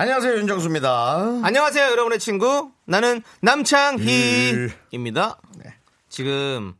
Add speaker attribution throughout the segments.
Speaker 1: 안녕하세요 윤정수입니다.
Speaker 2: 음. 안녕하세요, 여러분의 친구. 나는 남창희입니다.
Speaker 1: 네.
Speaker 2: 네. 지금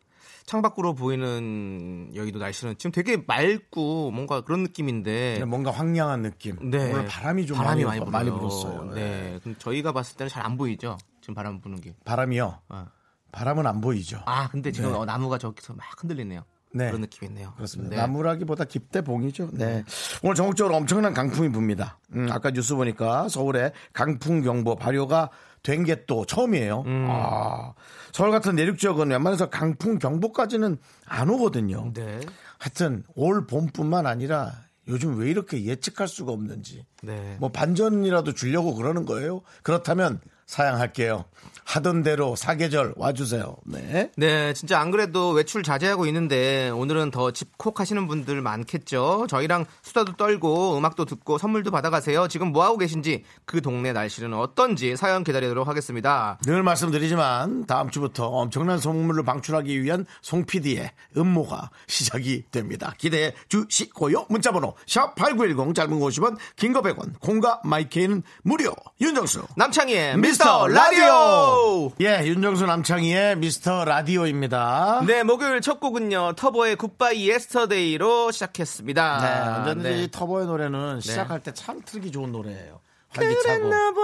Speaker 2: 창밖으로 보이는 여의도 날씨는 지금 되게 맑고 뭔가 그런 느낌인데.
Speaker 1: 뭔가 황량한 느낌.
Speaker 2: 네.
Speaker 1: 네, 뭐 오늘 바람이 좀 많이,
Speaker 2: 불어요.
Speaker 1: 많이 불었어요.
Speaker 2: 네. 그럼 저희가 봤을 때는 잘 안 보이죠? 지금 바람 부는 게.
Speaker 1: 바람이요.
Speaker 2: 어.
Speaker 1: 바람은 안 보이죠.
Speaker 2: 아, 근데 지금
Speaker 1: 네.
Speaker 2: 어, 나무가 저기서 막 흔들리네요.
Speaker 1: 네.
Speaker 2: 그런 느낌이네요.
Speaker 1: 그렇습니다.
Speaker 2: 네.
Speaker 1: 나무라기보다 깁대봉이죠. 네. 오늘 전국적으로 엄청난 강풍이 붑니다. 음, 아까 뉴스 보니까 서울에 강풍 경보 발효가 된 게 또 처음이에요. 아, 서울 같은 내륙 지역은 웬만해서 강풍 경보까지는 안 오거든요.
Speaker 2: 네.
Speaker 1: 하여튼 올 봄뿐만 아니라 요즘 왜 이렇게 예측할 수가 없는지
Speaker 2: 네.
Speaker 1: 뭐 반전이라도 주려고 그러는 거예요. 그렇다면 사양할게요. 하던 대로 사계절 와주세요. 네.
Speaker 2: 네, 진짜 안 그래도 외출 자제하고 있는데 오늘은 더 집콕 하시는 분들 많겠죠. 저희랑 수다도 떨고 음악도 듣고 선물도 받아가세요. 지금 뭐 하고 계신지 그 동네 날씨는 어떤지 사연 기다리도록 하겠습니다.
Speaker 1: 늘 말씀드리지만 다음 주부터 엄청난 선물을 방출하기 위한 송 PD의 음모가 시작이 됩니다. 기대해 주시고요. 문자번호 샵8910 짧은 50원 긴 거 100원 공과 마이케이는 무료 윤정수
Speaker 2: 남창희의 미스터 라디오!
Speaker 1: 예 윤정수 남창희의 미스터 라디오입니다.
Speaker 2: 네, 목요일 첫 곡은요. 터보의 굿바이 예스터데이로 시작했습니다.
Speaker 1: 네, 언제든지 이
Speaker 2: 네.
Speaker 1: 터보의 노래는 시작할 때 참 틀기 좋은 노래예요. 활기차고
Speaker 2: 그랬나 봐.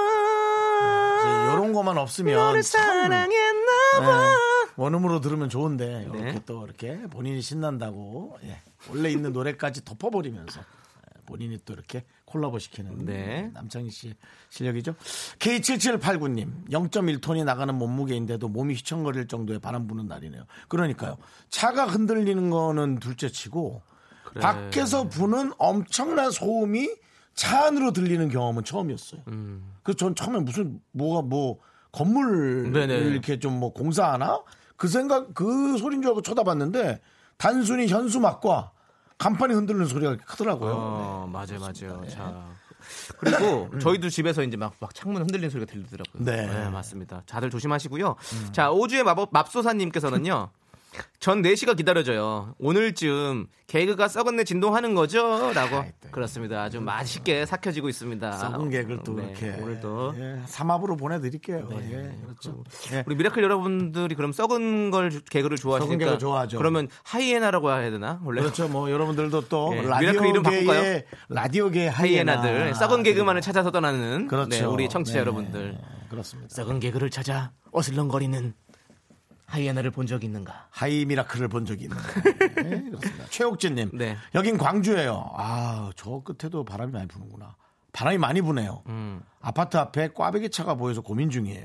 Speaker 1: 이런 것만 없으면
Speaker 2: 너를
Speaker 1: 참
Speaker 2: 사랑했나
Speaker 1: 네,
Speaker 2: 봐.
Speaker 1: 원음으로 들으면 좋은데
Speaker 2: 네.
Speaker 1: 이렇게 또 이렇게 본인이 신난다고 예, 원래 있는 노래까지 덮어버리면서 예, 본인이 또 이렇게 콜라보 시키는
Speaker 2: 네.
Speaker 1: 남창희 씨의 실력이죠. K7789님 0.1톤이 나가는 몸무게인데도 몸이 휘청거릴 정도의 바람 부는 날이네요. 그러니까요. 차가 흔들리는 거는 둘째치고 밖에서 부는 엄청난 소음이 차 안으로 들리는 경험은 처음이었어요. 그래서 전 처음에 무슨 뭐가 뭐 건물
Speaker 2: 네네.
Speaker 1: 이렇게 좀 뭐 공사하나 그 생각 그 소린 줄 알고 쳐다봤는데 단순히 현수막과 간판이 흔들리는 소리가 이렇게 크더라고요. 네,
Speaker 2: 어, 맞아요, 맞아요. 자. 그리고 저희도 집에서 이제 막, 막 창문 흔들리는 소리가 들리더라고요.
Speaker 1: 음. 네. 음.
Speaker 2: 맞습니다. 다들 조심하시고요. 자, 오주의 마법 맙소사님께서는요. 전 4시가 기다려져요. 오늘쯤 개그가 썩은 내 진동하는 거죠? 라고. 그렇습니다. 아주 맛있게 삭혀지고 있습니다.
Speaker 1: 아, 네. 음. 썩은 개그를 또
Speaker 2: 네,
Speaker 1: 이렇게
Speaker 2: 오늘도. 네,
Speaker 1: 예, 삼합으로 보내드릴게요. 예, 그렇죠. 예.
Speaker 2: 우리 미라클 여러분들이 그럼 썩은 걸 개그를 좋아하시니까
Speaker 1: 개그 좋아하죠.
Speaker 2: 그러면 하이에나라고 해야 되나? 원래
Speaker 1: 그렇죠. 뭐 여러분들도 또
Speaker 2: 예, 미라클 이름 바꿀까요?
Speaker 1: 라디오계의 라디오계
Speaker 2: 하이에나들
Speaker 1: 하이에나 네.
Speaker 2: 썩은 개그만을 찾아서 떠나는
Speaker 1: 그렇죠.
Speaker 2: 네, 우리 청취자
Speaker 1: 네,
Speaker 2: 여러분들
Speaker 1: 그렇습니다.
Speaker 2: 썩은 개그를 찾아 어슬렁거리는 하이에나를 본 적이 있는가?
Speaker 1: 하이 미라클을 본 적이 있는 네, 그렇습니다. 최옥진님,
Speaker 2: 네.
Speaker 1: 여긴 광주예요. 아, 저 끝에도 바람이 많이 부는구나. 바람이 많이 부네요.
Speaker 2: 음.
Speaker 1: 아파트 앞에 꽈배기 차가 보여서 고민 중이에요.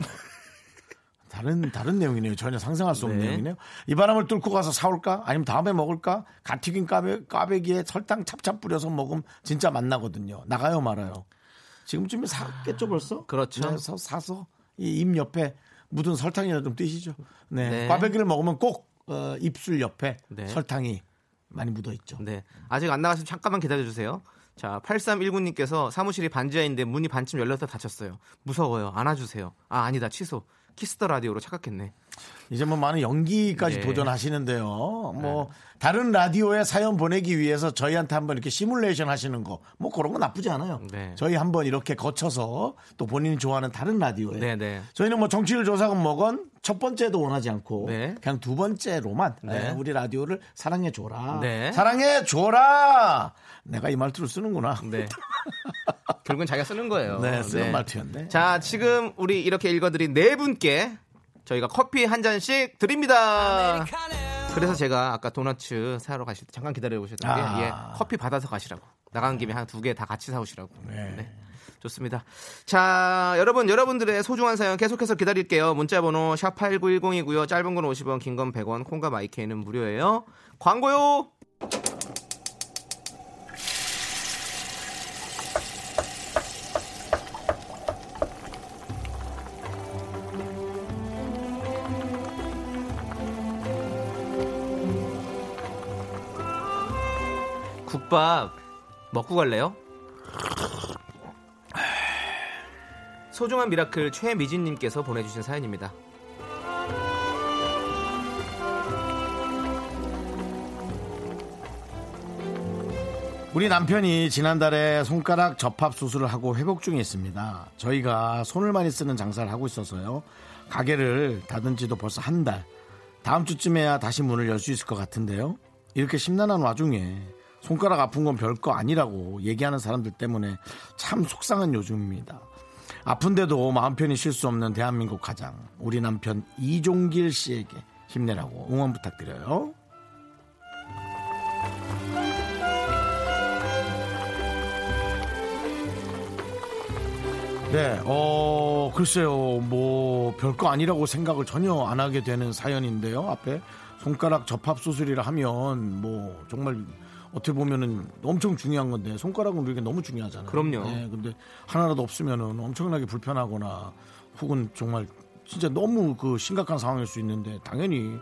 Speaker 1: 다른 다른 내용이네요. 전혀 상상할 수 없는
Speaker 2: 네.
Speaker 1: 내용이네요. 이 바람을 뚫고 가서 사올까? 아니면 다음에 먹을까? 갓 튀긴 꽈배, 꽈배기에 설탕 찹찹 뿌려서 먹으면 진짜 맛나거든요. 나가요 말아요. 지금쯤에 사겠죠 벌써?
Speaker 2: 그렇죠.
Speaker 1: 네, 사, 사서 이 입 옆에 묻은 설탕이라도 좀 띄시죠. 네.
Speaker 2: 네.
Speaker 1: 꽈배기를 먹으면 꼭 어, 입술 옆에
Speaker 2: 네.
Speaker 1: 설탕이 많이 묻어 있죠.
Speaker 2: 네. 아직 안 나갔으면 잠깐만 기다려주세요. 자, 8319님께서 사무실이 반지하인데 문이 반쯤 열렸다 닫혔어요. 무서워요. 안아주세요. 아, 아니다. 취소. 키스터 라디오로 착각했네.
Speaker 1: 이제 뭐 많은 연기까지
Speaker 2: 네.
Speaker 1: 도전하시는데요. 뭐 다른 라디오에 사연 보내기 위해서 저희한테 한번 이렇게 시뮬레이션 하시는 거 뭐 그런 거 나쁘지 않아요.
Speaker 2: 네.
Speaker 1: 저희 한번 이렇게 거쳐서 또 본인이 좋아하는 다른 라디오에
Speaker 2: 네, 네.
Speaker 1: 저희는 뭐 정치를 조사건 뭐건 첫 번째도 원하지 않고
Speaker 2: 네.
Speaker 1: 그냥 두 번째로만
Speaker 2: 네.
Speaker 1: 네, 우리 라디오를 사랑해 줘라.
Speaker 2: 네.
Speaker 1: 사랑해 줘라. 내가 이 말투를 쓰는구나.
Speaker 2: 네. 결국은 자기가 쓰는 거예요.
Speaker 1: 네, 쓰는 말투였네.
Speaker 2: 자, 지금 우리 이렇게 읽어드린 네 분께 저희가 커피 한 잔씩 드립니다. 그래서 제가 아까 도너츠 사러 가실 때 잠깐 기다려 보셨던 게
Speaker 1: 아.
Speaker 2: 예, 커피 받아서 가시라고 나간 김에 한 두 개 다 같이 사오시라고.
Speaker 1: 네.
Speaker 2: 좋습니다. 자, 여러분, 여러분들의 소중한 사연 계속해서 기다릴게요. 문자번호 샵8910이고요. 짧은 건 50원, 긴 건 100원, 콩과 마이케이는 무료예요. 광고요! 국밥 먹고 갈래요? 소중한 미라클 최미진님께서 보내주신 사연입니다.
Speaker 1: 우리 남편이 지난달에 손가락 접합 수술을 하고 회복 중에 있습니다. 저희가 손을 많이 쓰는 장사를 하고 있어서요. 가게를 닫은 지도 벌써 한 달. 다음 주쯤에야 다시 문을 열 수 있을 것 같은데요. 이렇게 심란한 와중에 손가락 아픈 건 별거 아니라고 얘기하는 사람들 때문에 참 속상한 요즘입니다. 아픈데도 마음 편히 쉴 수 없는 대한민국 가장 우리 남편 이종길 씨에게 힘내라고 응원 부탁드려요. 네, 어, 글쎄요, 뭐, 별거 아니라고 생각을 전혀 안 하게 되는 사연인데요. 앞에 손가락 접합 수술이라 하면, 뭐, 정말 어떻게 보면은 엄청 중요한 건데, 손가락은 우리에게 너무 중요하잖아요.
Speaker 2: 그럼요.
Speaker 1: 네, 근데 하나라도 없으면은 엄청나게 불편하거나, 혹은 정말 진짜 너무 그 심각한 상황일 수 있는데, 당연히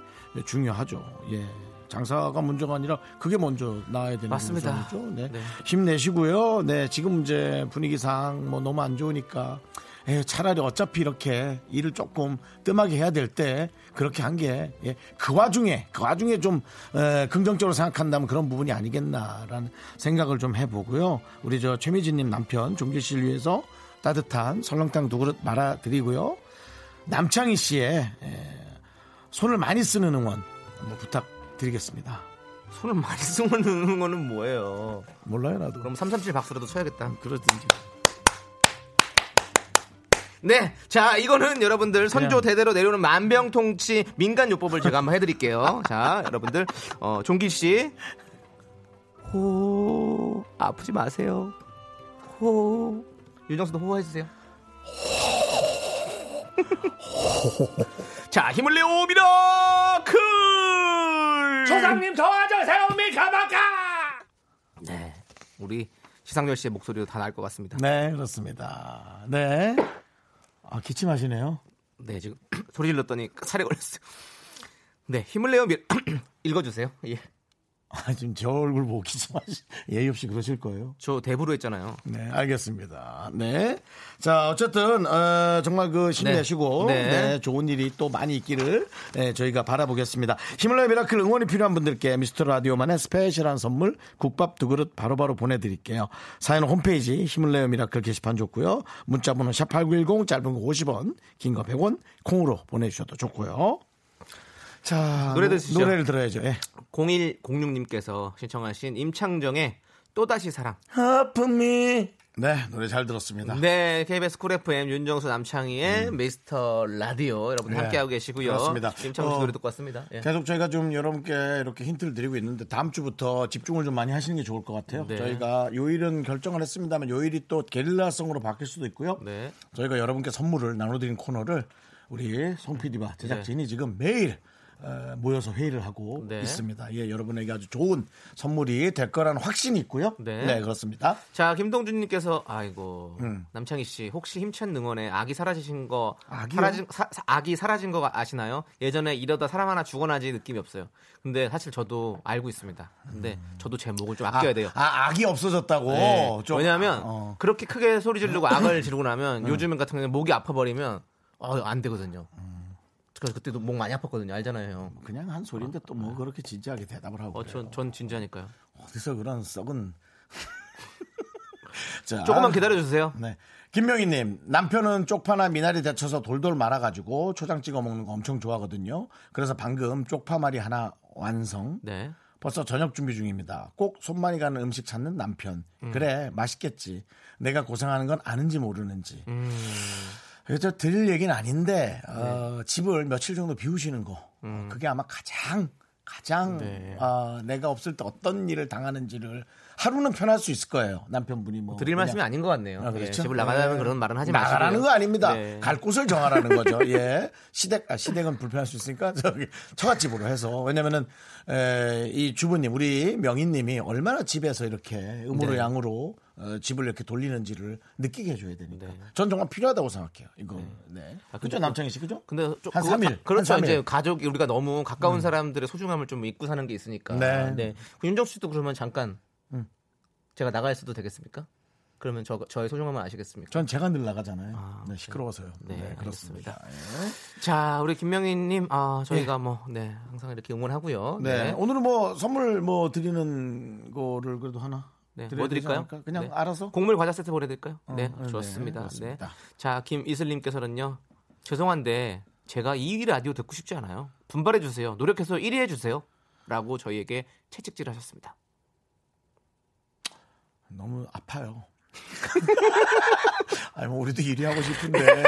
Speaker 1: 중요하죠. 예. 장사가 문제가 아니라 그게 먼저 나와야 되는
Speaker 2: 맞습니다.
Speaker 1: 우선이죠. 음, 네.
Speaker 2: 네.
Speaker 1: 힘내시고요. 네, 지금 이제 분위기상 뭐 너무 안 좋으니까 에, 차라리 어차피 이렇게 일을 조금 뜸하게 해야 될 때 그렇게 한 게 그 와중에 그 와중에 좀 에, 긍정적으로 생각한다면 그런 부분이 아니겠나라는 생각을 좀 해보고요. 우리 저 최미진님 남편 종길 씨를 위해서 따뜻한 설렁탕 두 그릇 말아드리고요. 남창희 씨의 에, 손을 많이 쓰는 응원 뭐 부탁드리겠습니다.
Speaker 2: 손을 많이 쓰는 거는 뭐예요?
Speaker 1: 몰라요 나도.
Speaker 2: 그럼 337 박수라도 쳐야겠다.
Speaker 1: 그렇든지.
Speaker 2: 네, 자 이거는 여러분들 선조
Speaker 1: 그래요.
Speaker 2: 대대로 내려오는 만병통치 민간요법을 제가 한번 해드릴게요. 자, 여러분들 어, 종길 씨, 호 아프지 마세요. 호 윤정수도 호호해주세요. 자, 힘을 내오 미라클
Speaker 1: 조상님 도와주세요 미카마카
Speaker 2: 네, 우리 시상열 씨의 목소리도 다 날 것 같습니다.
Speaker 1: 네 그렇습니다 네 아, 기침하시네요
Speaker 2: 네, 지금 소리 질렀더니 살에 걸렸어요. 네, 힘을 내요. 미... 읽어주세요. 예.
Speaker 1: 아, 지금 저 얼굴 보고 기침하시 예의 없이 그러실 거예요
Speaker 2: 저 대부로 했잖아요.
Speaker 1: 네 알겠습니다 네. 네자 어쨌든 어, 정말 그 힘내시고
Speaker 2: 네.
Speaker 1: 네.
Speaker 2: 네.
Speaker 1: 좋은 일이 또 많이 있기를 네, 저희가 바라보겠습니다 히말라야 미라클 응원이 필요한 분들께 미스터 라디오만의 스페셜한 선물 국밥 두 그릇 바로바로 보내드릴게요 사연은 홈페이지 히말라야 미라클 게시판 좋고요 문자번호 샵8910 짧은 거 50원 긴 거 100원 콩으로 보내주셔도 좋고요 자
Speaker 2: 노래
Speaker 1: 노-
Speaker 2: 들으시죠.
Speaker 1: 노래를 들어야죠 예.
Speaker 2: 0106님께서 신청하신 임창정의 또다시 사랑.
Speaker 1: 아픔이 네 노래 잘 들었습니다
Speaker 2: 네, KBS 쿨 FM 윤정수 남창희의 미스터 라디오 여러분
Speaker 1: 음. 네,
Speaker 2: 함께하고 계시고요.
Speaker 1: 그렇습니다.
Speaker 2: 임창정 씨
Speaker 1: 어,
Speaker 2: 노래 듣고 왔습니다. 예.
Speaker 1: 계속 저희가 좀 여러분께 이렇게 힌트를 드리고 있는데 다음 주부터 집중을 좀 많이 하시는 게 좋을 것 같아요.
Speaker 2: 네.
Speaker 1: 저희가 요일은 결정을 했습니다만 요일이 또 게릴라성으로 바뀔 수도 있고요.
Speaker 2: 네.
Speaker 1: 저희가 여러분께 선물을 나눠드린 코너를 우리 송 PD와 제작진이 지금 매일 어, 모여서 회의를 하고
Speaker 2: 네.
Speaker 1: 있습니다. 예, 여러분에게 아주 좋은 선물이 될 거라는 확신이 있고요.
Speaker 2: 네.
Speaker 1: 그렇습니다.
Speaker 2: 자, 김동준님께서 아이고
Speaker 1: 음.
Speaker 2: 남창희 씨 혹시 힘찬 능원에 아기 사라지신 거
Speaker 1: 아기요?
Speaker 2: 사라진 사- 사- 아기 사라진 거 아시나요? 예전에 이러다 사람 하나 죽어나지 느낌이 없어요. 근데 사실 저도 알고 있습니다. 근데 저도 제 목을 좀 아껴야 돼요.
Speaker 1: 음. 아, 악이 없어졌다고.
Speaker 2: 네.
Speaker 1: 좀-
Speaker 2: 왜냐하면
Speaker 1: 어. 음.
Speaker 2: 그렇게 크게 소리 지르고 악을 지르고 나면 요즘 같은 경우는 목이 아파버리면 어, 안 되거든요.
Speaker 1: 음.
Speaker 2: 그래서 그때도 목 많이 아팠거든요. 알잖아요, 형.
Speaker 1: 그냥 한 소리인데 또 뭐 그렇게 진지하게 대답을 하고.
Speaker 2: 어,
Speaker 1: 그래요.
Speaker 2: 전, 전 진지하니까요.
Speaker 1: 어디서 그런 썩은 자,
Speaker 2: 조금만 기다려주세요.
Speaker 1: 네. 김명희님 남편은 쪽파나 미나리 데쳐서 돌돌 말아가지고 초장 찍어 먹는 거 엄청 좋아하거든요. 그래서 방금 쪽파말이 하나 완성.
Speaker 2: 네.
Speaker 1: 벌써 저녁 준비 중입니다. 꼭 손만이 가는 음식 찾는 남편. 그래 맛있겠지. 내가 고생하는 건 아는지 모르는지.
Speaker 2: 음.
Speaker 1: 그래서 드릴 얘기는 아닌데
Speaker 2: 네.
Speaker 1: 어, 집을 며칠 정도 비우시는 거 어, 그게 아마 가장 가장
Speaker 2: 음. 네.
Speaker 1: 아, 내가 없을 때 어떤 일을 당하는지를 하루는 편할 수 있을 거예요 남편분이 뭐
Speaker 2: 드릴
Speaker 1: 그냥.
Speaker 2: 말씀이 아닌 것 같네요.
Speaker 1: 아,
Speaker 2: 예,
Speaker 1: 그렇죠?
Speaker 2: 집을 나가라는
Speaker 1: 예.
Speaker 2: 그런 말은 하지 마시고.
Speaker 1: 나가라는 거 아닙니다.
Speaker 2: 네.
Speaker 1: 갈 곳을 정하라는 거죠. 예. 시댁, 아, 시댁은 불편할 수 있으니까 저기 처갓집으로 해서. 왜냐면은, 에, 이 주부님, 우리 명인님이 얼마나 집에서 이렇게 음으로
Speaker 2: 네.
Speaker 1: 양으로 어, 집을 이렇게 돌리는지를 느끼게 해줘야 되니까. 전 정말 필요하다고 생각해요. 이거. 네.
Speaker 2: 네. 아,
Speaker 1: 그죠?
Speaker 2: 근데
Speaker 1: 남창희 씨, 그죠?
Speaker 2: 근데 좀
Speaker 1: 한
Speaker 2: 그거-
Speaker 1: 3일.
Speaker 2: 그렇죠.
Speaker 1: 한 3일. 음.
Speaker 2: 이제 가족이 우리가 너무 가까운 사람들의 소중함을 좀 잊고 사는 게 있으니까.
Speaker 1: 네. 음.
Speaker 2: 네. 그 윤정 씨도 그러면 잠깐 제가 나가 있어도 되겠습니까? 그러면 저, 저의 소중함을 아시겠습니까?
Speaker 1: 전 제가 늘 나가잖아요.
Speaker 2: 아,
Speaker 1: 네, 시끄러워서요.
Speaker 2: 네,
Speaker 1: 그렇습니다. 예.
Speaker 2: 자, 우리 김명희님, 아, 저희가 뭐, 네, 항상 이렇게 응원하고요.
Speaker 1: 예. 네. 오늘은 뭐 선물 뭐 드리는 거를 그래도 하나
Speaker 2: 네,
Speaker 1: 드려야
Speaker 2: 뭐
Speaker 1: 되지
Speaker 2: 드릴까요?
Speaker 1: 않을까? 그냥
Speaker 2: 네.
Speaker 1: 알아서.
Speaker 2: 곡물 과자 세트 보내드릴까요?
Speaker 1: 어,
Speaker 2: 네,
Speaker 1: 네,
Speaker 2: 좋습니다.
Speaker 1: 네,
Speaker 2: 네.
Speaker 1: 그렇습니다.
Speaker 2: 자, 김이슬님께서는요. 죄송한데 제가 이 라디오 듣고 싶지 않아요. 분발해 주세요. 노력해서 1위 해 주세요. 라고 저희에게 채찍질 하셨습니다.
Speaker 1: 너무 아파요. 아니 뭐 우리도 일이 하고 싶은데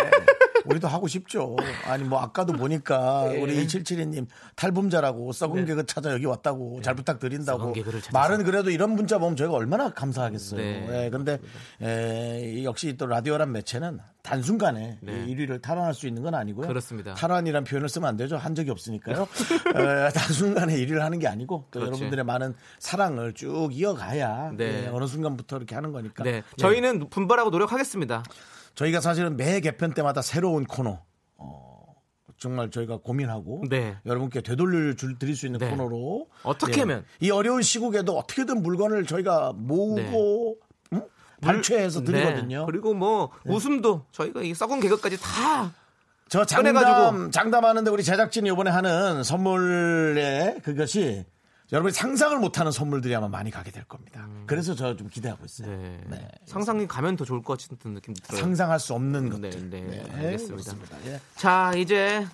Speaker 1: 우리도 하고 싶죠. 아니 뭐 아까도 보니까
Speaker 2: 예.
Speaker 1: 우리 2772님 탈범자라고 썩은 개그 찾아 여기 왔다고 잘 부탁드린다고
Speaker 2: 네. 썩은 개그를 찾아서.
Speaker 1: 말은 그래도 이런 문자 보면 저희가 얼마나 감사하겠어요.
Speaker 2: 네,
Speaker 1: 예, 근데 에, 이 역시 또 라디오란 매체는 단순간에
Speaker 2: 네.
Speaker 1: 1위를 탈환할 수 있는 건 아니고요.
Speaker 2: 그렇습니다.
Speaker 1: 탈환이란 표현을 쓰면 안 되죠. 한 적이 없으니까요. 에, 단순간에 1위를 하는 게 아니고 또
Speaker 2: 그렇지.
Speaker 1: 여러분들의 많은 사랑을 쭉 이어가야
Speaker 2: 네.
Speaker 1: 예, 어느 순간부터 이렇게 하는 거니까. 예.
Speaker 2: 네. 저희는 분발하고 노력하겠습니다.
Speaker 1: 저희가 사실은 매 개편 때마다 새로운 코너 어, 정말 저희가 고민하고
Speaker 2: 네.
Speaker 1: 여러분께 되돌려 줄 드릴 수 있는
Speaker 2: 네.
Speaker 1: 코너로 예.
Speaker 2: 어떻게 하면?
Speaker 1: 이 어려운 시국에도 어떻게든 물건을 저희가 모으고 음? 발췌해서 드리거든요.
Speaker 2: 네. 그리고 뭐 웃음도 저희가 이 썩은 개그까지 다
Speaker 1: 저 장담
Speaker 2: 꺼내가지고.
Speaker 1: 장담하는데 우리 제작진이 이번에 하는 선물의 그것이 여러분이 상상을 못하는 선물들이 아마 많이 가게 될 겁니다. 그래서 저 좀 기대하고 있어요.
Speaker 2: 음. 네.
Speaker 1: 네.
Speaker 2: 상상이 가면 더 좋을 것 같은 느낌도 들어요.
Speaker 1: 상상할 수 없는 것들.
Speaker 2: 네, 네.
Speaker 1: 그렇습니다.
Speaker 2: 알겠습니다.
Speaker 1: 예.
Speaker 2: 자, 이제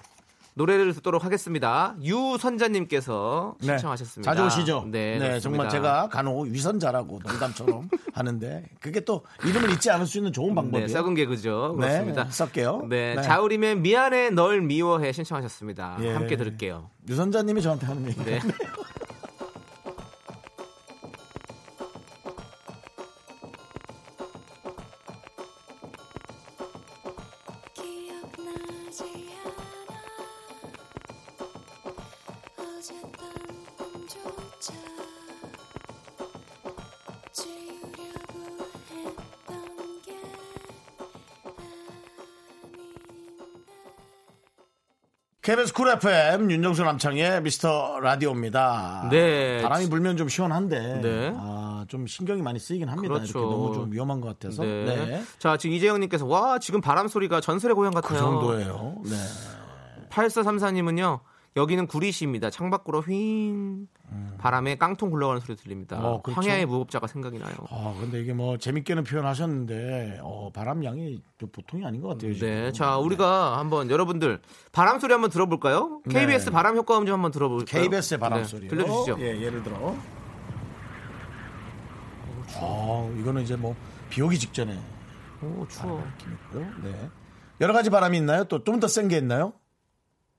Speaker 2: 노래를 듣도록 하겠습니다. 유선자님께서
Speaker 1: 네.
Speaker 2: 신청하셨습니다.
Speaker 1: 자주 오시죠. 네,
Speaker 2: 네, 그렇습니다.
Speaker 1: 정말 제가 간혹 위선자라고 농담처럼 하는데 그게 또 이름을 잊지 않을 수 있는 좋은 방법이에요.
Speaker 2: 네, 썩은 개그죠.
Speaker 1: 네,
Speaker 2: 그렇습니다.
Speaker 1: 썩게요.
Speaker 2: 네,
Speaker 1: 네.
Speaker 2: 자우림의 미안해 널 미워해 신청하셨습니다.
Speaker 1: 예.
Speaker 2: 함께 들을게요.
Speaker 1: 유선자님이 저한테 하는 얘기.
Speaker 2: 네.
Speaker 3: 기억나지 않아 어젯밤 꿈조차 지우려고 했던 게 아닌데
Speaker 1: KBS 쿨 FM 윤정수 남창의 미스터 라디오입니다.
Speaker 2: 네.
Speaker 1: 바람이 불면 좀 시원한데
Speaker 2: 네.
Speaker 1: 아, 좀 신경이 많이 쓰이긴 합니다.
Speaker 2: 그렇죠.
Speaker 1: 이렇게 너무 좀 위험한 것 같아서.
Speaker 2: 네.
Speaker 1: 네.
Speaker 2: 자, 지금 이재영님께서 와, 지금 바람 소리가 전설의 고향 같아요.
Speaker 1: 그 정도예요. 네.
Speaker 2: 8434님은요, 여기는 구리시입니다. 창밖으로 휘잉. 바람에 깡통 굴러가는 소리 들립니다.
Speaker 1: 음. 어, 그렇죠.
Speaker 2: 황야의 무법자가 생각이 나요.
Speaker 1: 아, 근데 이게 뭐 재밌게는 표현하셨는데 어, 바람 양이 좀 보통이 아닌 것 같아요.
Speaker 2: 네,
Speaker 1: 지금.
Speaker 2: 자 우리가 한번 여러분들 바람 소리 한번 들어볼까요? KBS 바람 효과음 좀 한번 들어볼까요?
Speaker 1: KBS의 네. 바람
Speaker 2: 네,
Speaker 1: 소리.
Speaker 2: 들려주시죠.
Speaker 1: 예, 예를 들어. 아, 이거는 이제 뭐 비오기 직전에
Speaker 2: 오 어, 추워.
Speaker 1: 아, 느낌이고요. 네. 여러 가지 바람이 있나요? 또 좀 더 센 게 있나요?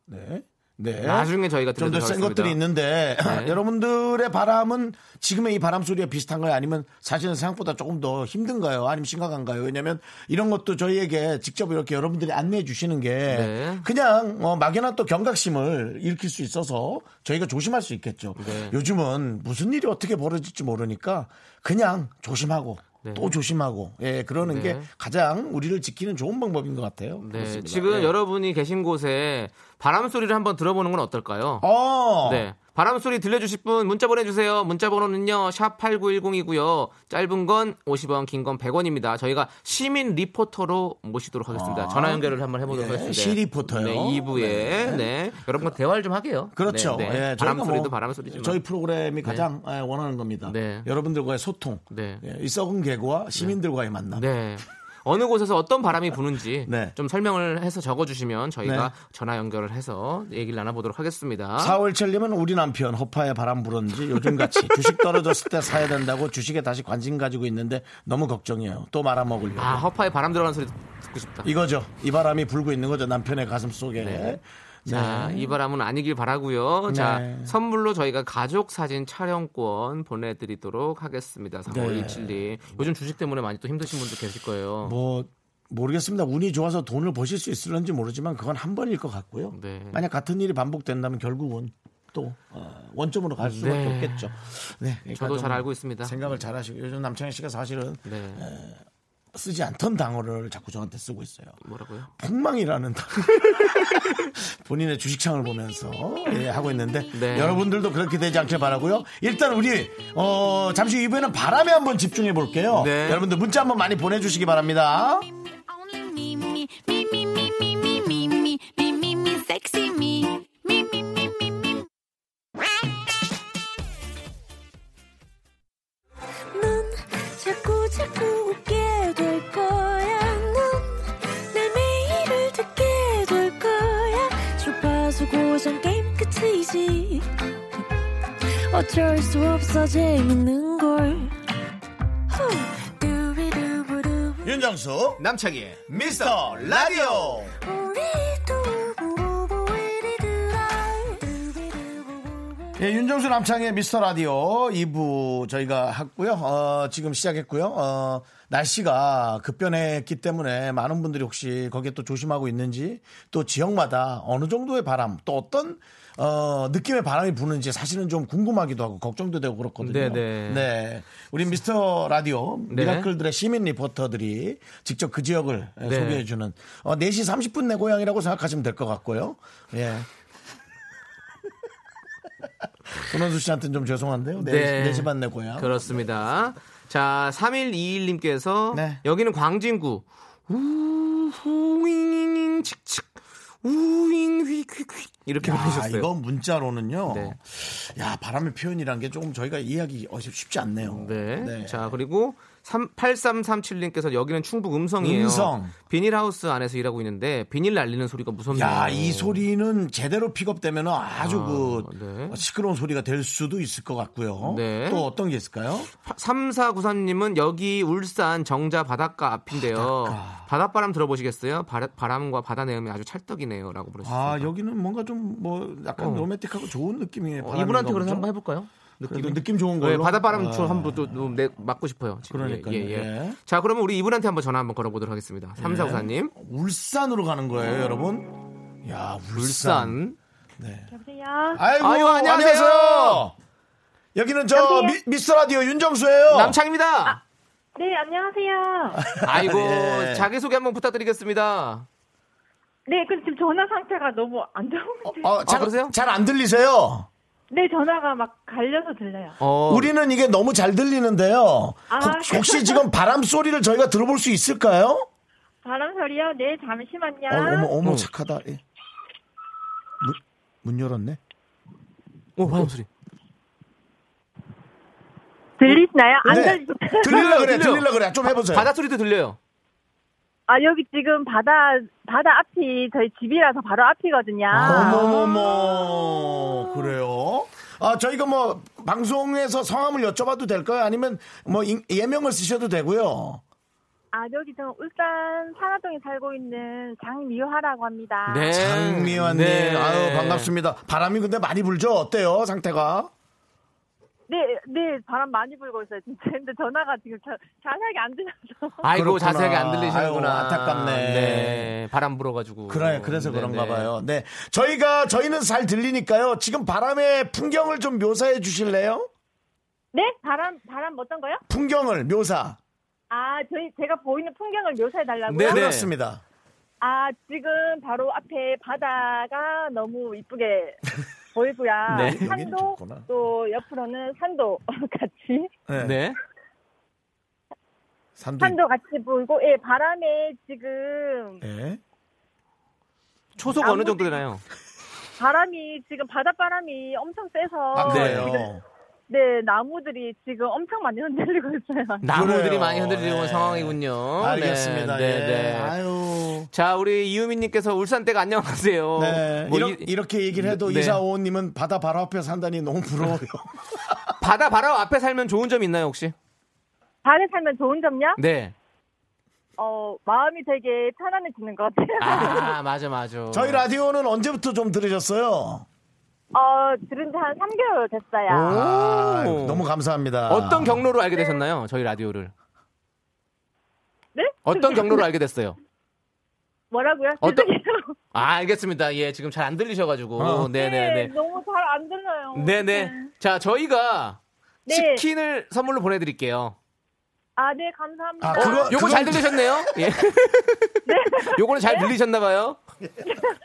Speaker 1: 네. 네.
Speaker 2: 나중에 저희가
Speaker 1: 좀 더 센
Speaker 2: 들려드리겠습니다.
Speaker 1: 것들이 있는데
Speaker 2: 네.
Speaker 1: 여러분들의 바람은 지금의 이 바람 소리와 비슷한가요? 아니면 사실은 생각보다 조금 더 힘든가요? 아니면 심각한가요? 왜냐하면 이런 것도 저희에게 직접 이렇게 여러분들이 안내해 주시는 게
Speaker 2: 네.
Speaker 1: 그냥 어, 막연한 또 경각심을 일으킬 수 있어서 저희가 조심할 수 있겠죠.
Speaker 2: 네.
Speaker 1: 요즘은 무슨 일이 어떻게 벌어질지 모르니까 그냥 조심하고.
Speaker 2: 네.
Speaker 1: 또 조심하고 예 그러는
Speaker 2: 네.
Speaker 1: 게 가장 우리를 지키는 좋은 방법인 것 같아요.
Speaker 2: 네,
Speaker 1: 그렇습니다.
Speaker 2: 지금
Speaker 1: 예.
Speaker 2: 여러분이 계신 곳에 바람 소리를 한번 들어보는 건 어떨까요?
Speaker 1: 어
Speaker 2: 네. 바람 소리 들려주실 분 문자 보내주세요. 문자 번호는요. 샵 8910이고요. 짧은 건 50원, 긴 건 100원입니다. 저희가 시민 리포터로 모시도록 하겠습니다.
Speaker 1: 아.
Speaker 2: 전화 연결을 한번 해보도록
Speaker 1: 예,
Speaker 2: 하겠습니다.
Speaker 1: 시 리포터요.
Speaker 2: 네, 2부에. 네. 여러분과 대화를 좀 하게요.
Speaker 1: 그렇죠.
Speaker 2: 네, 네.
Speaker 1: 예,
Speaker 2: 바람
Speaker 1: 저희가
Speaker 2: 소리도
Speaker 1: 뭐
Speaker 2: 바람 소리지만.
Speaker 1: 저희 프로그램이 가장 예, 원하는 겁니다.
Speaker 2: 네.
Speaker 1: 여러분들과의 소통,
Speaker 2: 네.
Speaker 1: 예, 이 썩은 개그와 시민들과의 만남.
Speaker 2: 네. 어느 곳에서 어떤 바람이 부는지
Speaker 1: 네.
Speaker 2: 좀 설명을 해서 적어주시면
Speaker 1: 네.
Speaker 2: 저희가 전화 연결을 해서 얘기를 나눠보도록 하겠습니다.
Speaker 1: 사월철님은 우리 남편 허파에 바람 부는지 요즘같이 주식 떨어졌을 때 사야 된다고 주식에 다시 관심 가지고 있는데 너무 걱정이에요. 또 말아먹으려고.
Speaker 2: 아 허파에 바람 들어가는 소리 듣고 싶다.
Speaker 1: 이거죠. 이 바람이 불고 있는 거죠. 남편의 가슴 속에.
Speaker 2: 네.
Speaker 1: 네.
Speaker 2: 자, 이 바람은 아니길 바라고요. 자,
Speaker 1: 네.
Speaker 2: 선물로 저희가 가족 사진 촬영권 보내드리도록 하겠습니다. 3월
Speaker 1: 네.
Speaker 2: 27일. 요즘 주식 때문에 많이 또 힘드신 분들 계실 거예요.
Speaker 1: 뭐 모르겠습니다. 운이 좋아서 돈을 버실 수 있을런지 모르지만 그건 한 번일 것 같고요.
Speaker 2: 네.
Speaker 1: 만약 같은 일이 반복된다면 결국은 또 어, 원점으로 갈 수밖에
Speaker 2: 네.
Speaker 1: 없겠죠. 네, 그러니까
Speaker 2: 저도
Speaker 1: 좀
Speaker 2: 잘 알고 있습니다.
Speaker 1: 생각을 잘 하시고 요즘 남창희 씨가 사실은
Speaker 2: 네.
Speaker 1: 쓰지 않던 단어를 자꾸 저한테 쓰고 있어요.
Speaker 2: 뭐라고요?
Speaker 1: 폭망이라는 단어. 본인의 주식창을 보면서 예, 하고 있는데
Speaker 2: 네.
Speaker 1: 여러분들도 그렇게 되지 않길 바라고요. 일단 우리 어, 잠시 후 이번에는 바람에 한번 집중해 볼게요.
Speaker 2: 네.
Speaker 1: 여러분들 문자 한번 많이 보내주시기 바랍니다.
Speaker 3: 넌 자꾸 자꾸 웃게 될 거야. 넌내 매일을 듣게 될 거야. 주파수 고정 게임 끝이지. 어쩔 수 없어 재밌는 걸. 후. 두비두부두부.
Speaker 1: 윤정수
Speaker 2: 남창희의
Speaker 1: 미스터 라디오
Speaker 3: 우리 두부부부 우리 두라. 두비두부부부.
Speaker 1: 예, 윤정수 남창의 미스터 라디오 2부 저희가 했고요. 어, 지금 시작했고요. 어, 날씨가 급변했기 때문에 많은 분들이 혹시 거기에 또 조심하고 있는지 또 지역마다 어느 정도의 바람 또 어떤 어, 느낌의 바람이 부는지 사실은 좀 궁금하기도 하고 걱정도 되고 그렇거든요.
Speaker 2: 네네.
Speaker 1: 네. 우리 미스터 라디오
Speaker 2: 네.
Speaker 1: 미라클들의 시민 리포터들이 직접 그 지역을
Speaker 2: 네.
Speaker 1: 소개해 주는 어, 4시 30분 내 고향이라고 생각하시면 될 것 같고요. 예. 손원수 씨한테는 좀 죄송한데요. 네.
Speaker 2: 네.
Speaker 1: 4시 반 내 고향.
Speaker 2: 그렇습니다. 자, 3121님께서
Speaker 1: 네.
Speaker 2: 여기는 광진구. 우후잉잉 칙칙 우잉 휘휘휘 이렇게
Speaker 1: 아,
Speaker 2: 보내셨어요.
Speaker 1: 이거 문자로는요.
Speaker 2: 네.
Speaker 1: 야, 바람의 표현이란 게 조금 저희가 이해하기 어시- 쉽지 않네요.
Speaker 2: 네.
Speaker 1: 네.
Speaker 2: 자, 그리고 3, 8337님께서 여기는 충북 음성이에요.
Speaker 1: 음성.
Speaker 2: 비닐하우스 안에서 일하고 있는데 비닐 날리는 소리가 무섭네요.
Speaker 1: 야, 이 소리는 제대로 픽업되면 아주 그
Speaker 2: 네.
Speaker 1: 시끄러운 소리가 될 수도 있을 것 같고요.
Speaker 2: 네.
Speaker 1: 또 어떤 게 있을까요?
Speaker 2: 3493님은 여기 울산 정자 바닷가 앞인데요. 바닷바람 들어보시겠어요? 바라, 바람과 바다 내음이 아주 찰떡이네요. 라고 보내셨습니다.
Speaker 1: 아, 여기는 뭔가 좀 뭐 약간 로맨틱하고 좋은 느낌이에요.
Speaker 2: 어, 이분한테
Speaker 1: 바람인가
Speaker 2: 그래서 한번
Speaker 1: 보죠?
Speaker 2: 해볼까요?
Speaker 1: 그래도 느낌 좋은
Speaker 2: 네,
Speaker 1: 걸로.
Speaker 2: 바닷바람
Speaker 1: 아,
Speaker 2: 좀 한번 또, 또 내, 맞고 싶어요. 지금.
Speaker 1: 그러니까요,
Speaker 2: 예, 예, 예.
Speaker 1: 예.
Speaker 2: 자, 그러면 우리 이분한테 한번 전화 한번 걸어보도록 하겠습니다. 삼사구사님,
Speaker 1: 울산으로 가는 거예요, 여러분. 야, 울산.
Speaker 2: 울산.
Speaker 1: 아이고,
Speaker 2: 아유, 안녕하세요.
Speaker 1: 여기는 저 미, 미스터 라디오
Speaker 2: 어.
Speaker 1: 윤정수예요.
Speaker 2: 남창입니다.
Speaker 1: 아.
Speaker 4: 네, 안녕하세요.
Speaker 2: 아이고
Speaker 1: 예.
Speaker 2: 자기 소개 한번 부탁드리겠습니다.
Speaker 4: 네, 근데 지금 전화 상태가 너무 안 좋은데.
Speaker 1: 어, 잘,
Speaker 2: 아, 그러세요?
Speaker 1: 잘 안 들리세요?
Speaker 4: 네, 전화가 막 갈려서 들려요.
Speaker 2: 어, 네.
Speaker 1: 우리는 이게 너무 잘 들리는데요.
Speaker 4: 아.
Speaker 1: 혹- 혹시 지금 바람 소리를 저희가 들어볼 수 있을까요?
Speaker 4: 바람 소리요? 네,
Speaker 1: 어,
Speaker 4: 잠시만요.
Speaker 1: 어머, 어머,
Speaker 2: 어.
Speaker 1: 착하다. 예. 문, 문 열었네.
Speaker 2: 오 바람 소리.
Speaker 4: 들리시나요? 안
Speaker 1: 네.
Speaker 4: 들리시나요
Speaker 1: 들리려 그래,
Speaker 2: 들려요.
Speaker 1: 들리려 그래. 좀 해보세요.
Speaker 2: 바다 소리도 들려요.
Speaker 4: 아, 여기 지금 바다, 바다 앞이 저희 집이라서 바로 앞이거든요.
Speaker 2: 아.
Speaker 1: 아, 어머머머 그래요? 아 저희가 뭐 방송에서 성함을 여쭤봐도 될까요? 아니면 뭐 인- 예명을 쓰셔도 되고요.
Speaker 4: 아, 여기 저는 울산 산화동에 살고 있는 장미화라고 합니다.
Speaker 2: 네.
Speaker 1: 장미환님,
Speaker 2: 네.
Speaker 1: 아유 반갑습니다. 바람이 근데 많이 불죠? 어때요 상태가?
Speaker 4: 네, 네, 바람 많이 불고 있어요, 진짜. 근데 전화가 지금 자, 자세하게 안 들려서.
Speaker 2: 아이고
Speaker 1: 그렇구나.
Speaker 2: 자세하게 안 들리시는구나.
Speaker 1: 아유, 안타깝네.
Speaker 2: 네, 바람 불어가지고.
Speaker 1: 그래 그래서 그런가
Speaker 2: 네네.
Speaker 1: 봐요. 네 저희가 저희는 잘 들리니까요. 지금 바람의 풍경을 좀 묘사해 주실래요?
Speaker 4: 네? 바람, 바람 어떤 거요?
Speaker 1: 풍경을 묘사.
Speaker 4: 아, 저희, 제가 보이는 풍경을 묘사해달라고요?
Speaker 2: 네, 네.
Speaker 1: 그렇습니다.
Speaker 4: 아, 지금 바로 앞에 바다가 너무 이쁘게 보이고요.
Speaker 2: 네.
Speaker 1: 여기는
Speaker 4: 산도
Speaker 1: 좋구나.
Speaker 4: 또 옆으로는 산도 같이
Speaker 1: 네.
Speaker 2: 네.
Speaker 1: 산도.
Speaker 4: 산도 같이 보이고 예, 바람에 지금
Speaker 1: 예.
Speaker 2: 초속 어느 정도 되나요?
Speaker 4: 바람이 지금 바닷바람이 엄청 세서
Speaker 1: 아 그래요.
Speaker 4: 지금, 네, 나무들이 지금 엄청 많이 흔들리고 있어요.
Speaker 2: 나무들이
Speaker 1: 그래요.
Speaker 2: 많이 흔들리는
Speaker 1: 네.
Speaker 2: 상황이군요.
Speaker 1: 알겠습니다.
Speaker 2: 네,
Speaker 1: 예.
Speaker 2: 네, 네.
Speaker 1: 아유.
Speaker 2: 자 우리 이유민님께서 울산댁 안녕하세요.
Speaker 1: 네.
Speaker 2: 뭐
Speaker 1: 이렇게,
Speaker 2: 이-
Speaker 1: 이렇게 얘기를 해도
Speaker 2: 네. 어.
Speaker 1: 이사오님은 바다 바로 앞에 산다니 너무 부러워요.
Speaker 2: 바다 바로 앞에 살면 좋은 점 있나요 혹시?
Speaker 4: 바다에 살면 좋은 점요?
Speaker 2: 네.
Speaker 4: 어, 마음이 되게 편안해지는 것 같아요.
Speaker 2: 아 맞아 맞아.
Speaker 1: 저희 라디오는 언제부터 좀 들으셨어요?
Speaker 4: 어, 들은 지 한 3개월 됐어요.
Speaker 1: 아, 너무 감사합니다.
Speaker 2: 어떤 경로로 알게 되셨나요? 저희 라디오를.
Speaker 4: 네?
Speaker 2: 어떤 경로로 알게 됐어요?
Speaker 4: 뭐라고요?
Speaker 2: 어떤-
Speaker 4: 죄송해요.
Speaker 2: 아, 알겠습니다. 예, 지금 잘 안 들리셔가지고.
Speaker 1: 어.
Speaker 4: 네,
Speaker 2: 네네네. 네,
Speaker 4: 너무 잘 안 들려요.
Speaker 2: 네네. 자, 저희가
Speaker 4: 네.
Speaker 2: 치킨을 선물로 보내드릴게요.
Speaker 4: 아, 네, 감사합니다.
Speaker 1: 아, 그거-
Speaker 2: 요거 잘
Speaker 1: 그건-
Speaker 2: 들으셨네요. 예. 요거는 잘 들리셨나봐요.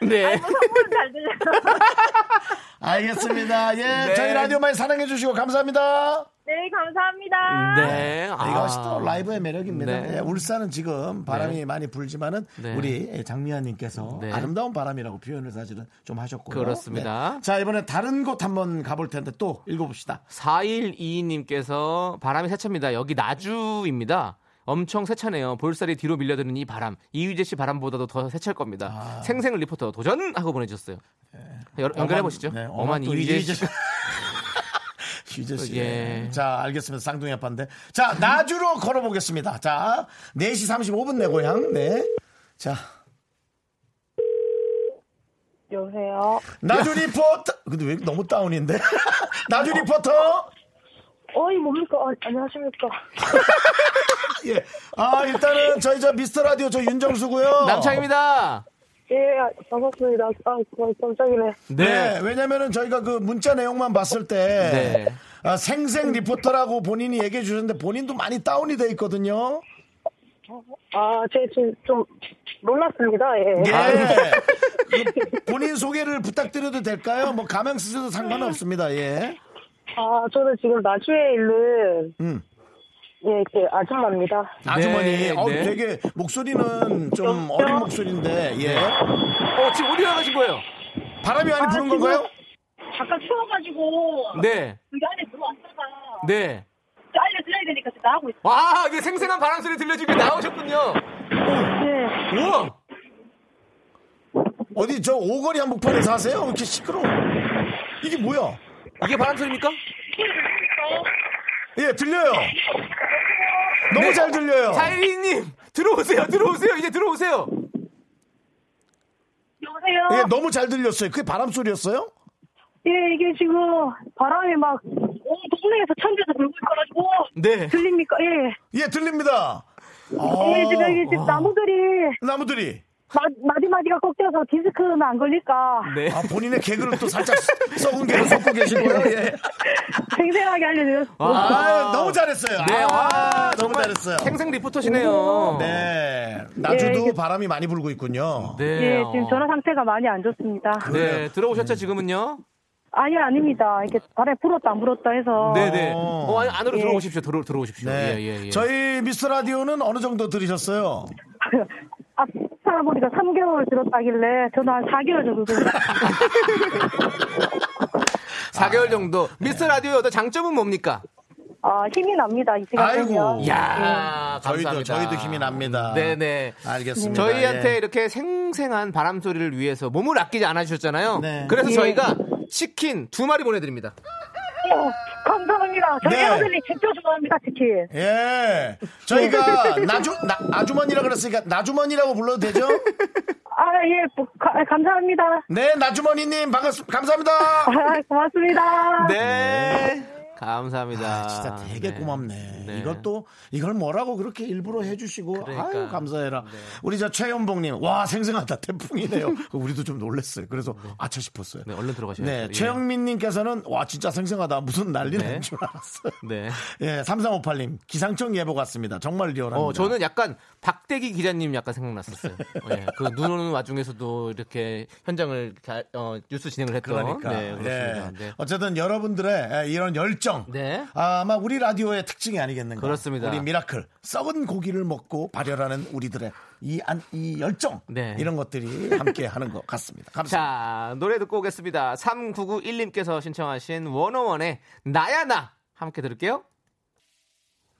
Speaker 2: 네.
Speaker 4: 뭐 선물은 잘 들려요.
Speaker 1: 알겠습니다. 예,
Speaker 2: 네.
Speaker 1: 저희 라디오 많이 사랑해 주시고 감사합니다.
Speaker 4: 네, 감사합니다.
Speaker 2: 네. 아.
Speaker 1: 이것이 또 라이브의 매력입니다.
Speaker 2: 네.
Speaker 1: 예, 울산은 지금 바람이 많이 불지만은
Speaker 2: 네.
Speaker 1: 우리 장미아님께서
Speaker 2: 네.
Speaker 1: 아름다운 바람이라고 표현을 사실은 좀 하셨고요. 네.
Speaker 2: 그렇습니다.
Speaker 1: 자 이번에 다른 곳 한번 가볼 텐데 또 읽어봅시다.
Speaker 2: 4122님께서 바람이 세차입니다. 여기 나주입니다. 엄청 세차네요. 볼살이 뒤로 밀려드는 이 바람. 이유재 씨 바람보다도 더 세찰 겁니다. 생생 리포터 도전! 하고 보내주셨어요. 연- 연결해보시죠.
Speaker 1: 어만, 네, 어만
Speaker 2: 어만
Speaker 1: 또
Speaker 2: 이유재 씨.
Speaker 1: 유재 씨.
Speaker 2: 예.
Speaker 1: 자, 알겠습니다. 쌍둥이 아빠인데. 자, 나주로 걸어보겠습니다. 자, 4시 35분 내 고향. 네. 자,
Speaker 4: 여보세요.
Speaker 1: 나주 리포터. 근데 왜 너무 다운인데? 나주 리포터.
Speaker 4: 어이, 뭡니까? 아, 안녕하십니까?
Speaker 1: 예. 아, 일단은 저희 저 미스터 라디오 저 윤정수고요.
Speaker 2: 남창입니다.
Speaker 4: 예, 아, 반갑습니다. 아, 아, 깜짝이네.
Speaker 1: 네. 왜냐면은 저희가 그 문자 내용만 봤을 때
Speaker 2: 네.
Speaker 1: 아, 생생 리포터라고 본인이 얘기해 주셨는데 본인도 많이 다운이 돼 있거든요.
Speaker 4: 아, 제 지금 좀 놀랐습니다. 예.
Speaker 1: 예.
Speaker 2: 아.
Speaker 1: 그 본인 소개를 부탁드려도 될까요? 뭐 가명 쓰셔도 상관은 없습니다. 예.
Speaker 4: 아, 저는 지금 나주에 있는
Speaker 1: 음.
Speaker 4: 예, 이렇게 아줌마입니다.
Speaker 1: 아주머니.
Speaker 2: 네,
Speaker 1: 어,
Speaker 2: 네.
Speaker 1: 되게 목소리는 좀 어린 목소리인데. 예.
Speaker 2: 어, 지금 어디 나가신 거예요?
Speaker 1: 바람이 많이 부는 건가요?
Speaker 4: 잠깐 추워가지고
Speaker 2: 네.
Speaker 4: 여기 안에 들어왔다가
Speaker 2: 네.
Speaker 4: 알려드려야 되니까 지금 나가고 있어요.
Speaker 2: 와, 이게 생생한 바람 소리 들려주고 나오셨군요.
Speaker 4: 네.
Speaker 2: 우와!
Speaker 1: 어디 저 오거리 한복판에서 하세요? 왜 이렇게 시끄러워? 이게 뭐야?
Speaker 2: 이게 바람 소리입니까?
Speaker 1: 예, 들려요. 너무 잘 들려요.
Speaker 2: 네. 사일이님, 들어오세요, 들어오세요, 이제 들어오세요.
Speaker 4: 여보세요.
Speaker 1: 예, 너무 잘 들렸어요. 그게 바람 소리였어요?
Speaker 4: 예, 이게 지금 바람이 막 온 동네에서 천지에서 불고 있어가지고
Speaker 2: 네.
Speaker 4: 들립니까? 예.
Speaker 1: 예, 들립니다. 아,
Speaker 4: 예, 지금 이게 지금 나무들이
Speaker 1: 나무들이
Speaker 4: 마, 마디마디가 꺾여서 디스크는 안 걸릴까
Speaker 2: 네.
Speaker 1: 아 본인의 개그를 또 살짝 썩은 개그 섞고 계시고요. 예.
Speaker 4: 생생하게 알려드렸어요.
Speaker 1: 아, 너무 잘했어요.
Speaker 2: 네,
Speaker 1: 아,
Speaker 2: 와,
Speaker 1: 너무 잘했어요.
Speaker 2: 생생 리포터시네요.
Speaker 1: 네, 나주도
Speaker 4: 예, 이게-
Speaker 1: 바람이 많이 불고 있군요.
Speaker 2: 네.
Speaker 4: 예, 지금
Speaker 2: 어.
Speaker 4: 전화 상태가 많이 안 좋습니다.
Speaker 2: 네, 들어오셨죠, 지금은요?
Speaker 4: 아니, 아닙니다. 이렇게 바람에 불었다 안 불었다 해서.
Speaker 2: 네, 네.
Speaker 1: 어.
Speaker 2: 어, 아니, 안으로
Speaker 4: 예.
Speaker 2: 들어오십시오. 들어, 들어오십시오.
Speaker 1: 네.
Speaker 2: 예, 예, 예.
Speaker 1: 저희 미스터 라디오는 어느 정도 들으셨어요?
Speaker 4: 앞 사람보니까 3개월 들었다길래 저는 한 4개월 정도 들었어요.
Speaker 2: 4개월
Speaker 1: 아.
Speaker 2: 정도. 미스터 라디오의 어떤 장점은 뭡니까?
Speaker 4: 아, 힘이 납니다. 이 시간은요.
Speaker 1: 아이고.
Speaker 2: 이야,
Speaker 1: 네. 저희도
Speaker 2: 감사합니다.
Speaker 1: 저희도 힘이 납니다.
Speaker 2: 네, 네.
Speaker 1: 알겠습니다.
Speaker 2: 저희한테
Speaker 1: 예.
Speaker 2: 이렇게 생생한 바람 소리를 위해서 몸을 아끼지 않아 주셨잖아요.
Speaker 1: 네.
Speaker 2: 그래서
Speaker 4: 예.
Speaker 2: 저희가 치킨 두 마리 보내드립니다.
Speaker 4: 어, 감사합니다. 저희
Speaker 1: 네.
Speaker 4: 아들이 진짜 좋아합니다, 치킨.
Speaker 1: 예. 저희가 나주 나, 아주머니라 그랬으니까 나주머니라고 불러도 되죠?
Speaker 4: 아, 예, 부- 가- 감사합니다.
Speaker 1: 네, 나주머니님 반갑습니다. 감사합니다.
Speaker 4: 아, 고맙습니다.
Speaker 2: 네. 감사합니다.
Speaker 1: 아, 진짜 되게
Speaker 2: 네.
Speaker 1: 고맙네.
Speaker 2: 네.
Speaker 1: 이것도 이걸 뭐라고 그렇게 일부러 해주시고
Speaker 2: 그러니까.
Speaker 1: 아유 감사해라. 우리 저 최연봉님 와 생생하다 태풍이네요. 우리도 좀 놀랐어요. 그래서 아차 싶었어요.
Speaker 2: 네, 얼른 들어가셔야
Speaker 1: 네, 최영민님께서는 와 진짜 생생하다 무슨 난리
Speaker 2: 네.
Speaker 1: 난 줄 알았어요.
Speaker 2: 네.
Speaker 1: 예, 3358님 기상청 예보 같습니다. 정말 리얼합니다.
Speaker 2: 어, 저는 약간 박대기 기자님 약간 생각났었어요. 예, 그 눈 오는 와중에서도 이렇게 현장을 가- 어, 뉴스 진행을 했던.
Speaker 1: 그러니까
Speaker 2: 네, 그렇습니다.
Speaker 1: 예.
Speaker 2: 네.
Speaker 1: 어쨌든 여러분들의 예, 이런 열정
Speaker 2: 네.
Speaker 1: 아마 우리 라디오의 특징이 아니겠는가
Speaker 2: 그렇습니다.
Speaker 1: 우리 미라클 썩은 고기를 먹고 발열하는 우리들의 이, 안, 이 열정
Speaker 2: 네.
Speaker 1: 이런 것들이 함께 하는 것 같습니다 감사합니다
Speaker 2: 자, 노래 듣고 오겠습니다. 3991님께서 신청하신 원어원의 나야나 함께 들을게요.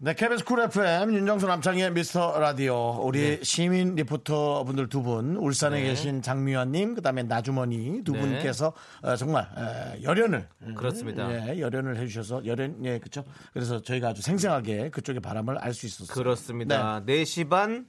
Speaker 1: 네, KBS 쿨 FM 윤정수 남창희의 미스터 라디오 우리
Speaker 2: 네.
Speaker 1: 시민 리포터 분들 두 분 울산에 계신 장미화님 그다음에 나주머니 두
Speaker 2: 네.
Speaker 1: 분께서 어, 정말 에, 열연을
Speaker 2: 그렇습니다.
Speaker 1: 예, 열연을 해주셔서 열연 예 그렇죠. 그래서 저희가 아주 생생하게 그쪽의 바람을 알 수 있었어요.
Speaker 2: 그렇습니다. 4시 반,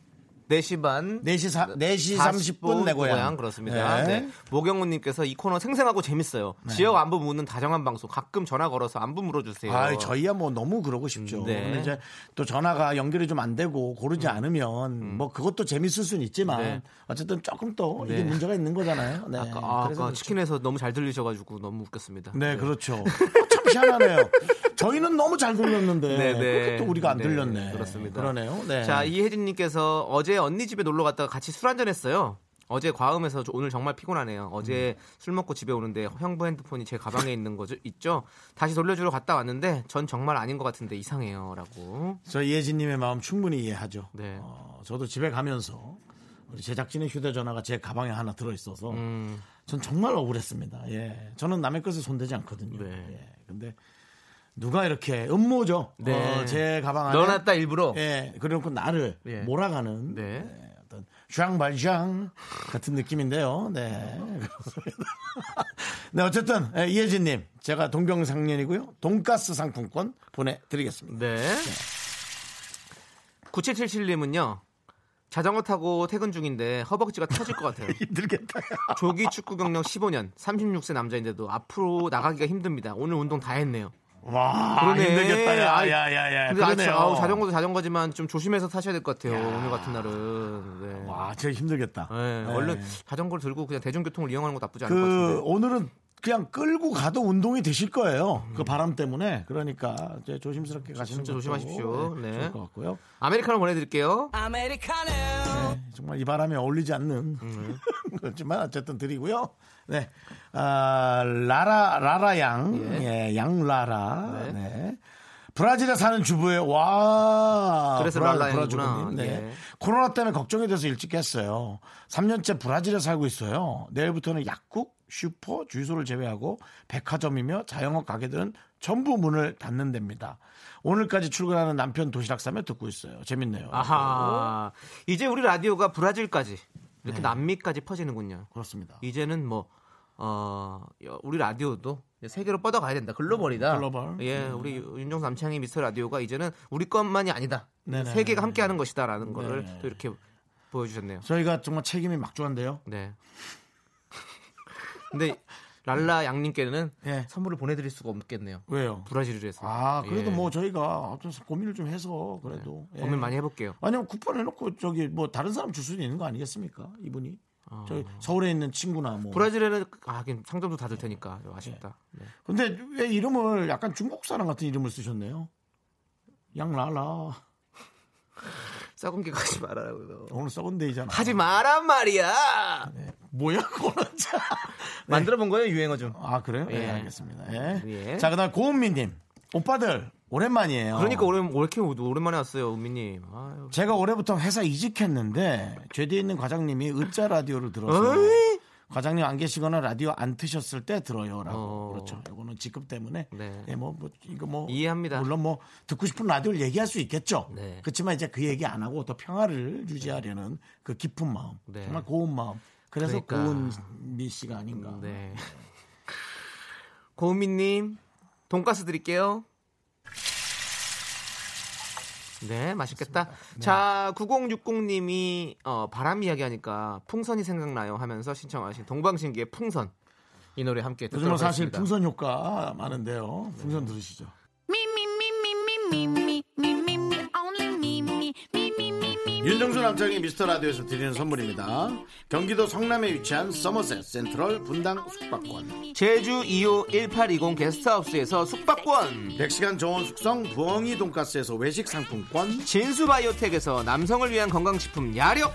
Speaker 2: 4시 반.
Speaker 1: 네. 4시 사, 4시 30분 내 고향.
Speaker 2: 그렇습니다.
Speaker 1: 네.
Speaker 2: 네. 모경훈님께서 이 코너 생생하고 재밌어요. 지역 안부 묻는 다정한 방송 가끔 전화 걸어서 안부 물어주세요.
Speaker 1: 아, 저희야 뭐 너무 그러고 싶죠.
Speaker 2: 네. 음.
Speaker 1: 근데 이제 또 전화가 연결이 좀 안 되고 고르지 않으면 뭐 그것도 재밌을 수는 있지만
Speaker 2: 네.
Speaker 1: 어쨌든 조금 또
Speaker 2: 네.
Speaker 1: 이게 문제가 있는 거잖아요. 네.
Speaker 2: 아까, 아,
Speaker 1: 그래서
Speaker 2: 아까 치킨에서 너무 잘 들리셔가지고 너무 웃겼습니다. 네.
Speaker 1: 네, 그렇죠. 참 희한하네요. 저희는 너무 잘 들렸는데 그렇게 또 우리가 안
Speaker 2: 네,
Speaker 1: 들렸네.
Speaker 2: 그렇습니다.
Speaker 1: 그러네요. 네.
Speaker 2: 자, 이혜진님께서 어제 언니 집에 놀러 갔다가 같이 술 한잔했어요. 어제 과음해서 저- 오늘 정말 피곤하네요. 어제 술 먹고 집에 오는데 형부 핸드폰이 제 가방에 있는 거죠? 있죠? 다시 돌려주러 갔다 왔는데 전 정말 아닌 것 같은데 이상해요. 라고.
Speaker 1: 저 이혜진님의 마음 충분히 이해하죠.
Speaker 2: 네.
Speaker 1: 어, 저도 집에 가면서 우리 제작진의 휴대전화가 제 가방에 하나 들어있어서
Speaker 2: 음,
Speaker 1: 전 정말 억울했습니다. 예. 저는 남의 것에 손대지 않거든요.
Speaker 2: 네.
Speaker 1: 예. 근데 누가 이렇게 음모죠.
Speaker 2: 네.
Speaker 1: 어, 제 가방 안에
Speaker 2: 넣어놨다 일부러.
Speaker 1: 예. 그래놓고 나를
Speaker 2: 예.
Speaker 1: 몰아가는
Speaker 2: 네.
Speaker 1: 예, 어떤 샹발샹 같은 느낌인데요. 네. 그렇습니다. 네, 어쨌든 예, 이혜진님 제가 동병상련이고요. 돈가스 상품권 보내드리겠습니다.
Speaker 2: 네. 9777님은요. 자전거 타고 퇴근 중인데 허벅지가 터질 것 같아요.
Speaker 1: 힘들겠다.
Speaker 2: 조기 축구 경력 15년, 36세 남자인데도 앞으로 나가기가 힘듭니다. 오늘 운동 다 했네요.
Speaker 1: 와,
Speaker 2: 그러네.
Speaker 1: 힘들겠다. 야,
Speaker 2: 아이,
Speaker 1: 야, 야, 야.
Speaker 2: 근데 아직
Speaker 1: 그러네요.
Speaker 2: 아우, 자전거도 자전거지만 좀 조심해서 타셔야 될 것 같아요. 오늘 같은 날은. 네.
Speaker 1: 와, 진짜 힘들겠다.
Speaker 2: 네,
Speaker 1: 네.
Speaker 2: 얼른 자전거를 들고 그냥 대중교통을 이용하는 것도 나쁘지 않을 것
Speaker 1: 그
Speaker 2: 같은데.
Speaker 1: 오늘은 그냥 끌고 가도 운동이 되실 거예요. 그 바람 때문에 그러니까 이제 조심스럽게 가시는
Speaker 2: 진짜
Speaker 1: 것도
Speaker 2: 조심하십시오.
Speaker 1: 네,
Speaker 2: 네.
Speaker 1: 좋을 것 같고요.
Speaker 2: 아메리카노 보내드릴게요.
Speaker 1: 네, 정말 이 바람에 어울리지 않는
Speaker 2: 음.
Speaker 1: 그렇지만 어쨌든 드리고요. 네, 아, 라라 라라 양, 예, 양라라.
Speaker 2: 네.
Speaker 1: 네. 브라질에 사는 주부예요. 와.
Speaker 2: 그래서 랄라양이구나.
Speaker 1: 브라주부님. 네.
Speaker 2: 예.
Speaker 1: 코로나 때문에 걱정이 돼서 일찍 했어요. 3년째 브라질에 살고 있어요. 내일부터는 약국, 슈퍼, 주유소를 제외하고 백화점이며 자영업 가게들은 전부 문을 닫는 됩니다. 오늘까지 출근하는 남편 도시락 싸며 듣고 있어요. 재밌네요.
Speaker 2: 아하. 이제 우리 라디오가 브라질까지 이렇게
Speaker 1: 네.
Speaker 2: 남미까지 퍼지는군요.
Speaker 1: 그렇습니다.
Speaker 2: 이제는 뭐, 어, 우리 라디오도 이제 세계로 뻗어가야 된다. 글로벌이다.
Speaker 1: 글로벌. 음.
Speaker 2: 예, 우리 윤정수 남창희 미스터 라디오가 이제는 우리 것만이 아니다.
Speaker 1: 네네.
Speaker 2: 세계가 함께하는 것이다라는 거를
Speaker 1: 네.
Speaker 2: 또 이렇게 보여주셨네요.
Speaker 1: 저희가 정말 책임이 막중한데요.
Speaker 2: 네. 근데 랄라 양님께는
Speaker 1: 예.
Speaker 2: 선물을 보내드릴 수가 없겠네요.
Speaker 1: 왜요?
Speaker 2: 브라질을 해서.
Speaker 1: 아, 그래도
Speaker 2: 예. 네.
Speaker 1: 뭐 저희가 좀 고민을 좀 해서 그래도 예.
Speaker 2: 고민 많이 해볼게요.
Speaker 1: 아니면 쿠폰 해놓고 저기 뭐 다른 사람 줄 수는 있는 거 아니겠습니까? 이분이 저희 서울에 있는 친구나 뭐.
Speaker 2: 브라질에는 아, 하긴 상점도 닫을 테니까 아쉽다.
Speaker 1: 예.
Speaker 2: 네.
Speaker 1: 근데 왜 이름을 약간 중국 사람 같은 이름을 쓰셨네요? 양라라
Speaker 2: 싸움기 가지 말아라고요.
Speaker 1: 오늘 썩은 데이잖아.
Speaker 2: 하지 마란 말이야.
Speaker 1: 네. 뭐야 그거는 참.
Speaker 2: 만들어 본 거예요 유행어 좀.
Speaker 1: 아 그래요? 예,
Speaker 2: 예.
Speaker 1: 알겠습니다. 예.
Speaker 2: 예.
Speaker 1: 자 그다음 고은미님 오빠들 오랜만이에요.
Speaker 2: 그러니까 오랜 왜 이렇게 오랜만에 왔어요 은미님. 아유.
Speaker 1: 제가 올해부터 회사 이직했는데 죄 뒤에 있는 과장님이 으짜 라디오를 들어서
Speaker 2: 어이?
Speaker 1: 과장님 안 계시거나 라디오 안 트셨을 때 들어요라고
Speaker 2: 어.
Speaker 1: 그렇죠. 이거는 직급 때문에
Speaker 2: 네.
Speaker 1: 예, 뭐, 뭐 이거 뭐
Speaker 2: 이해합니다.
Speaker 1: 물론 뭐 듣고 싶은 라디오를 얘기할 수 있겠죠.
Speaker 2: 네.
Speaker 1: 그렇지만 이제 그 얘기 안 하고 더 평화를 유지하려는 그 깊은 마음,
Speaker 2: 네.
Speaker 1: 정말 고운 마음. 그래서
Speaker 2: 그러니까.
Speaker 1: 고은미 씨가 아닌가.
Speaker 2: 네. 고은미님 돈가스 드릴게요. 네, 맛있겠다.
Speaker 1: 네.
Speaker 2: 자, 9060님이 어, 바람 이야기 하니까 풍선이 생각나요 하면서 신청하신 동방신기의 풍선 이 노래 함께 듣도록
Speaker 1: 요즘은 뭐 사실
Speaker 2: 하겠습니다.
Speaker 1: 풍선 효과 많은데요. 풍선 들으시죠. 윤정수 남창의 미스터 라디오에서 드리는 선물입니다. 경기도 성남에 위치한 서머셋 센트럴 분당 숙박권.
Speaker 2: 제주 2호 1820 게스트하우스에서 숙박권
Speaker 1: 100시간 정원 숙성 부엉이 돈가스에서 외식 상품권.
Speaker 2: 진수바이오텍에서 남성을 위한 건강식품 야력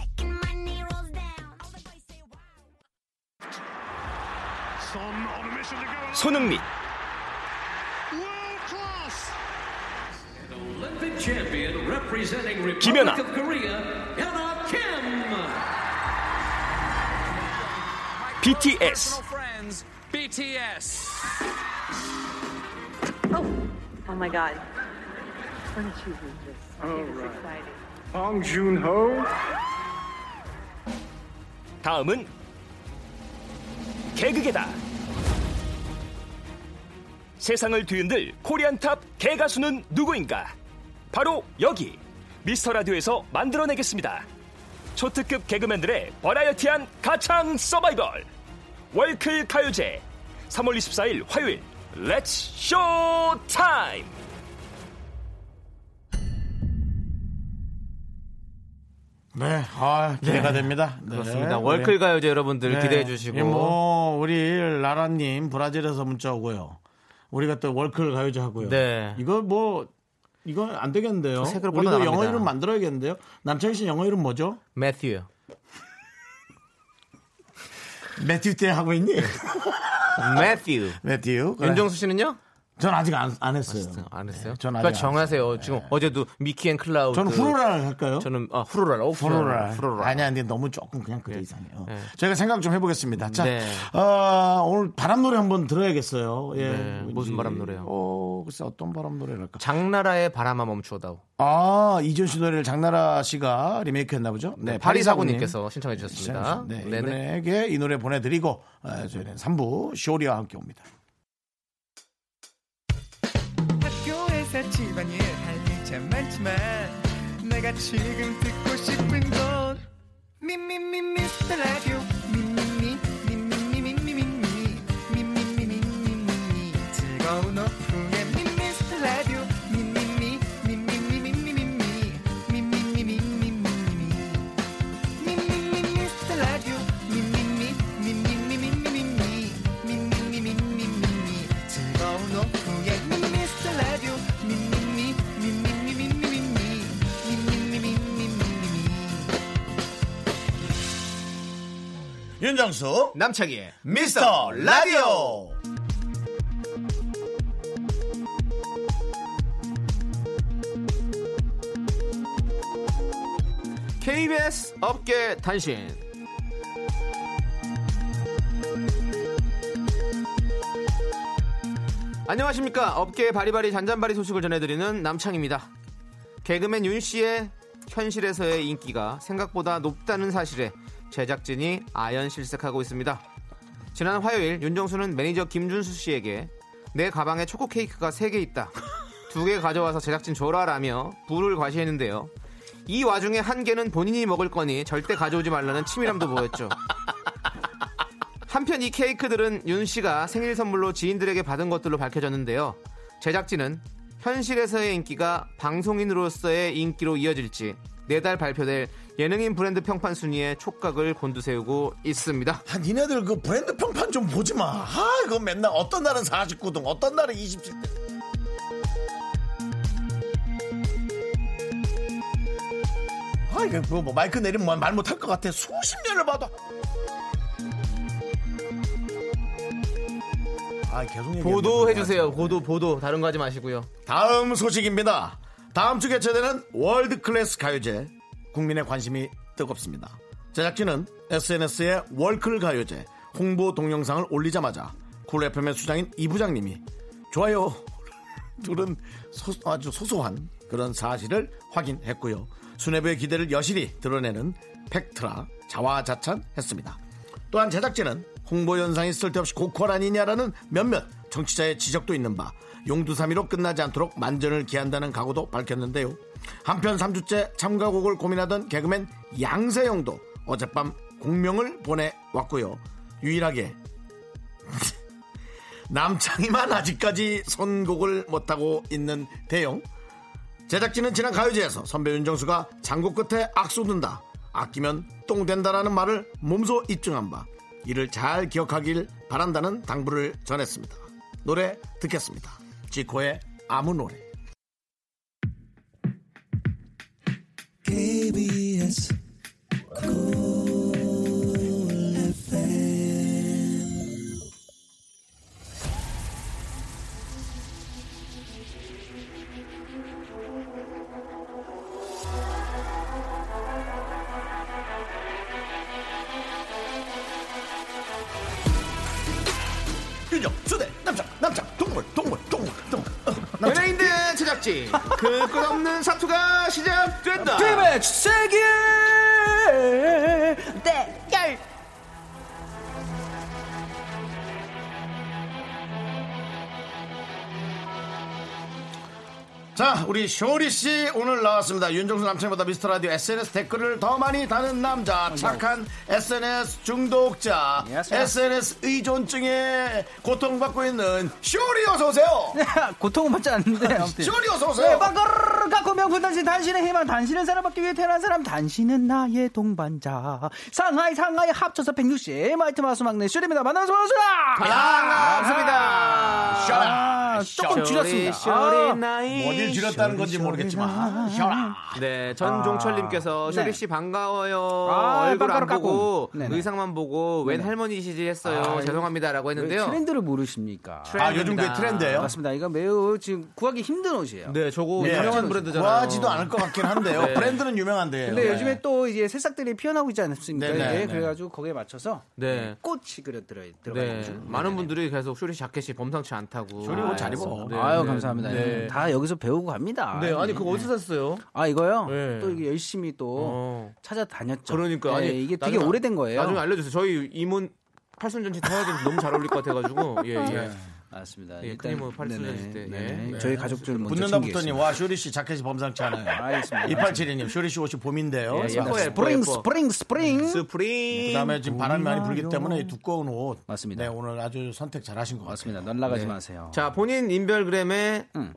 Speaker 5: 손흥민
Speaker 1: 네,
Speaker 5: 김연아 BTS
Speaker 4: Oh my god. Where did you read this?
Speaker 5: 다음은 개그계다 세상을 뒤흔들 코리안 탑 개가수는 누구인가 바로 여기 미스터 라디오에서 만들어내겠습니다. 초특급 개그맨들의 버라이어티한 가창 서바이벌 월클 가요제 3월 24일 화요일 렛츠 쇼타임
Speaker 1: 네, 아, 기대가 됩니다. 네.
Speaker 2: 그렇습니다.
Speaker 1: 우리-
Speaker 2: 월클 가요제 여러분들
Speaker 1: 네.
Speaker 2: 기대해 주시고.
Speaker 1: 예, 뭐 우리 라라님 브라질에서 문자 오고요. 우리가 또 월클 가요제 하고요.
Speaker 2: 네.
Speaker 1: 이거 뭐 이건 안 되겠는데요.
Speaker 2: 색으로
Speaker 1: 우리도
Speaker 2: 뻗어나갑니다.
Speaker 1: 영어 이름 만들어야겠는데요. 남창희 씨 영어 이름 뭐죠?
Speaker 2: 매튜.
Speaker 1: 매튜 때 하고 있니?
Speaker 2: 매튜.
Speaker 1: 매튜. 그래.
Speaker 2: 윤정수 씨는요?
Speaker 1: 네. 전 아직 안, 안 했어요.
Speaker 2: 안 했어요.
Speaker 1: 네, 전 아직
Speaker 2: 그러니까
Speaker 1: 안 네.
Speaker 2: 정하세요. 지금 어제도 미키 앤 클라우드.
Speaker 1: 저는 후로라를 할까요?
Speaker 2: 저는 아, 후로라. 오,
Speaker 1: 후로라.
Speaker 2: 후로라.
Speaker 1: 아니, 아니, 너무 조금 그냥 그게 이상해요. 저희가 생각 좀 해보겠습니다. 자,
Speaker 2: 네.
Speaker 1: 어, 오늘 바람 노래 한번 들어야겠어요. 예.
Speaker 2: 네, 무슨 바람 노래요?
Speaker 1: 어, 글쎄 어떤 바람 노래랄까?
Speaker 2: 장나라의 바람아 멈추어다오.
Speaker 1: 아, 이준 씨 노래를 장나라 씨가 리메이크 했나 보죠? 네,
Speaker 2: 파리사고님께서 신청해 주셨습니다.
Speaker 1: 네,
Speaker 2: 네네.
Speaker 1: 이분에게 이 노래 보내드리고 아, 저희는 3부 쇼리와 함께 옵니다.
Speaker 6: 학교에서 집안일 할 일 참 많지만 내가 지금 듣고 싶은 건 미미미 미스터 라디오 미미미 미미미 미미미 미미미 미미미 즐거운 오후에 미스터 라디오 미미미 미미미 미미미 미미미 미미미 미미미 미스터 라디오 미미미 미미미 미미미 미미미 미미미 즐거운 오후에 미스터 라디오 미미미 미미미 미미미 미미미 미미미
Speaker 1: 윤정수
Speaker 2: 남창희의
Speaker 1: 미스터 라디오.
Speaker 2: KBS 업계 단신. 안녕하십니까. 업계의 바리바리 잔잔바리 소식을 전해드리는 남창입니다. 개그맨 윤 씨의 현실에서의 인기가 생각보다 높다는 사실에 제작진이 아연실색하고 있습니다. 지난 화요일 윤정수는 매니저 김준수 씨에게 내 가방에 초코 케이크가 3개 있다. 두 개 가져와서 제작진 줘라라며 부를 과시했는데요. 이 와중에 한 개는 본인이 먹을 거니 절대 가져오지 말라는 치밀함도 보였죠. 한편 이 케이크들은 윤 씨가 생일 선물로 지인들에게 받은 것들로 밝혀졌는데요. 제작진은 현실에서의 인기가 방송인으로서의 인기로 이어질지 네 내달 발표될 예능인 브랜드 평판 순위에 촉각을 곤두세우고 있습니다.
Speaker 1: 아, 니네들 그 브랜드 평판 좀 보지 마. 아, 이거 맨날 어떤 날은 49등, 어떤 날은 27등. 아, 이거 그거 뭐 마이크 내리면 말 못할 것 같아. 수십 년을 봐도. 아, 계속 얘기하는데
Speaker 2: 보도해 주세요. 보도 보도 다른 거 하지 마시고요.
Speaker 1: 다음 소식입니다. 다음 주 개최되는 월드 클래스 가요제. 국민의 관심이 뜨겁습니다. 제작진은 SNS에 월클 가요제 홍보 동영상을 올리자마자 쿨 FM의 수장인 이 부장님이 좋아요 둘은 소- 아주 소소한 그런 사실을 확인했고요. 수뇌부의 기대를 여실히 드러내는 팩트라 자화자찬했습니다. 또한 제작진은 홍보 현상이 쓸데없이 고퀄 아니냐라는 몇몇 정치자의 지적도 있는 바 용두삼이로 끝나지 않도록 만전을 기한다는 각오도 밝혔는데요. 한편 3주째 참가곡을 고민하던 개그맨 양세형도 어젯밤 공명을 보내왔고요. 유일하게 남창이만 아직까지 선곡을 못하고 있는 대형 제작진은 지난 가요제에서 선배 윤정수가 장고 끝에 악쏟는다 아끼면 똥 된다라는 말을 몸소 입증한 바 이를 잘 기억하길 바란다는 당부를 전했습니다 노래 듣겠습니다 지코의 아무 노래 윤정 수대 남자 남자 동물 동물 동물 동물 어, 남자.
Speaker 2: 연예인들 제작진 그 끝없는 사투가 시작된다.
Speaker 1: 자, 우리 쇼리 씨 오늘 나왔습니다. 윤정수 남친보다 미스터 라디오 SNS 댓글을 더 많이 다는 남자, 착한 SNS 중독자,
Speaker 7: 안녕하세요.
Speaker 1: SNS 의존증에 고통받고 있는 쇼리 어서 오세요.
Speaker 7: 고통은 받지 않는데 아무튼.
Speaker 1: 쇼리 어서
Speaker 7: 네,
Speaker 1: 오세요.
Speaker 7: 빵가르르 갖고 명품 단신 단신의 희망 단신은 사랑받기 위해 태어난 사람 단신은 나의 동반자 상하이 상하이 합쳐서 160 마이트 마우스 막내 쇼리입니다 만나서 반갑습니다
Speaker 1: 아,
Speaker 2: 반갑습니다.
Speaker 7: 아, 조금
Speaker 2: 쇼리,
Speaker 7: 줄였습니다
Speaker 2: 쇼리
Speaker 7: 아,
Speaker 2: 나이.
Speaker 1: 어딜 줄였다는 건지 모르겠지만 쇼라.
Speaker 2: 네, 전종철님께서
Speaker 7: 네.
Speaker 2: 쇼리 씨 반가워요.
Speaker 7: 아,
Speaker 2: 얼굴 안
Speaker 7: 깜깜깜깜.
Speaker 2: 보고
Speaker 7: 네네.
Speaker 2: 의상만 보고 웬 할머니시지 했어요. 죄송합니다라고
Speaker 7: 왜
Speaker 2: 했는데요.
Speaker 7: 트렌드를 모르십니까
Speaker 1: 아, 요즘 그게 트렌드예요.
Speaker 7: 아. 네, 맞습니다 이거 매우 지금 구하기 힘든 옷이에요
Speaker 2: 네, 저거
Speaker 1: 예.
Speaker 2: 유명한 브랜드잖아요.
Speaker 1: 구하지도 않을 것 같긴 한데요.
Speaker 2: 네.
Speaker 1: 브랜드는 유명한데요. 네.
Speaker 7: 근데 요즘에 또 이제 새싹들이 피어나고 있지 않습니까?
Speaker 1: 네네,
Speaker 7: 이제
Speaker 1: 네.
Speaker 7: 그래가지고 거기에 맞춰서
Speaker 2: 네.
Speaker 7: 꽃이 그려 들어 들어가
Speaker 2: 네,
Speaker 7: 있죠.
Speaker 2: 많은 분들이 계속 쇼리 씨 자켓이 범상치 않다고.
Speaker 1: 쇼리 옷잘 입어.
Speaker 2: 네,
Speaker 7: 아유
Speaker 2: 네.
Speaker 7: 감사합니다. 음,
Speaker 2: 네.
Speaker 7: 다 여기서 배우고 갑니다.
Speaker 2: 네, 아니 그거 어디서 샀어요?
Speaker 7: 아 이거요?
Speaker 2: 네.
Speaker 7: 또 이게 열심히 또
Speaker 2: 어.
Speaker 7: 찾아다녔죠.
Speaker 2: 그러니까
Speaker 7: 네,
Speaker 2: 아니
Speaker 7: 이게
Speaker 2: 나중에-
Speaker 7: 되게 오래된 거예요.
Speaker 2: 나중에 알려주세요. 저희 이문 팔순전시 타야 되는데 너무 잘 어울릴 것 같아가지고 예, 예.
Speaker 7: 맞습니다.
Speaker 2: 예, 큰이모 팔 쏟아질 때, 예.
Speaker 7: 저희 가족들 먼저
Speaker 1: 붙는다부터님
Speaker 7: 챙기겠습니다.
Speaker 1: 와 쇼리 씨 자켓이 범상치 않아요.
Speaker 7: 알겠습니다.
Speaker 1: 2872님 쇼리 씨 옷이 봄인데요.
Speaker 2: 예, 예뻐요, 음. 예뻐요,
Speaker 7: 스프링
Speaker 2: 예뻐.
Speaker 7: 스프링 스프링.
Speaker 2: 스프링.
Speaker 1: 네, 그다음에 지금 바람이 많이 불기 때문에 이 두꺼운 옷.
Speaker 7: 맞습니다.
Speaker 1: 네, 오늘 아주 선택 잘하신 것 같습니다.
Speaker 7: 맞습니다. 날라가지 마세요.
Speaker 2: 네. 자 본인 인별그램에
Speaker 7: 음.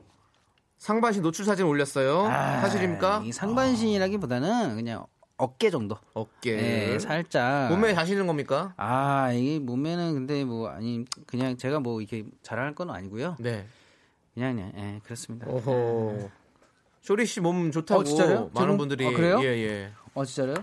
Speaker 2: 상반신 노출 사진 올렸어요.
Speaker 7: 아,
Speaker 2: 사실입니까?
Speaker 7: 이 상반신이라기보다는 그냥 어깨 정도.
Speaker 2: 어깨.
Speaker 7: 네, 살짝.
Speaker 2: 몸에 자시는 겁니까?
Speaker 7: 아, 이게 몸에는 근데 뭐 아니 그냥 제가 뭐 이렇게 자랑할 건 아니고요.
Speaker 2: 네.
Speaker 7: 그냥 그냥 예, 그렇습니다. 어,
Speaker 2: 오호. 쇼리 씨 몸 좋다고
Speaker 7: 어, 진짜요? 제
Speaker 2: 많은
Speaker 7: 몸-
Speaker 2: 분들이
Speaker 7: 아, 그래요?
Speaker 2: 예, 예.
Speaker 7: 어, 진짜요?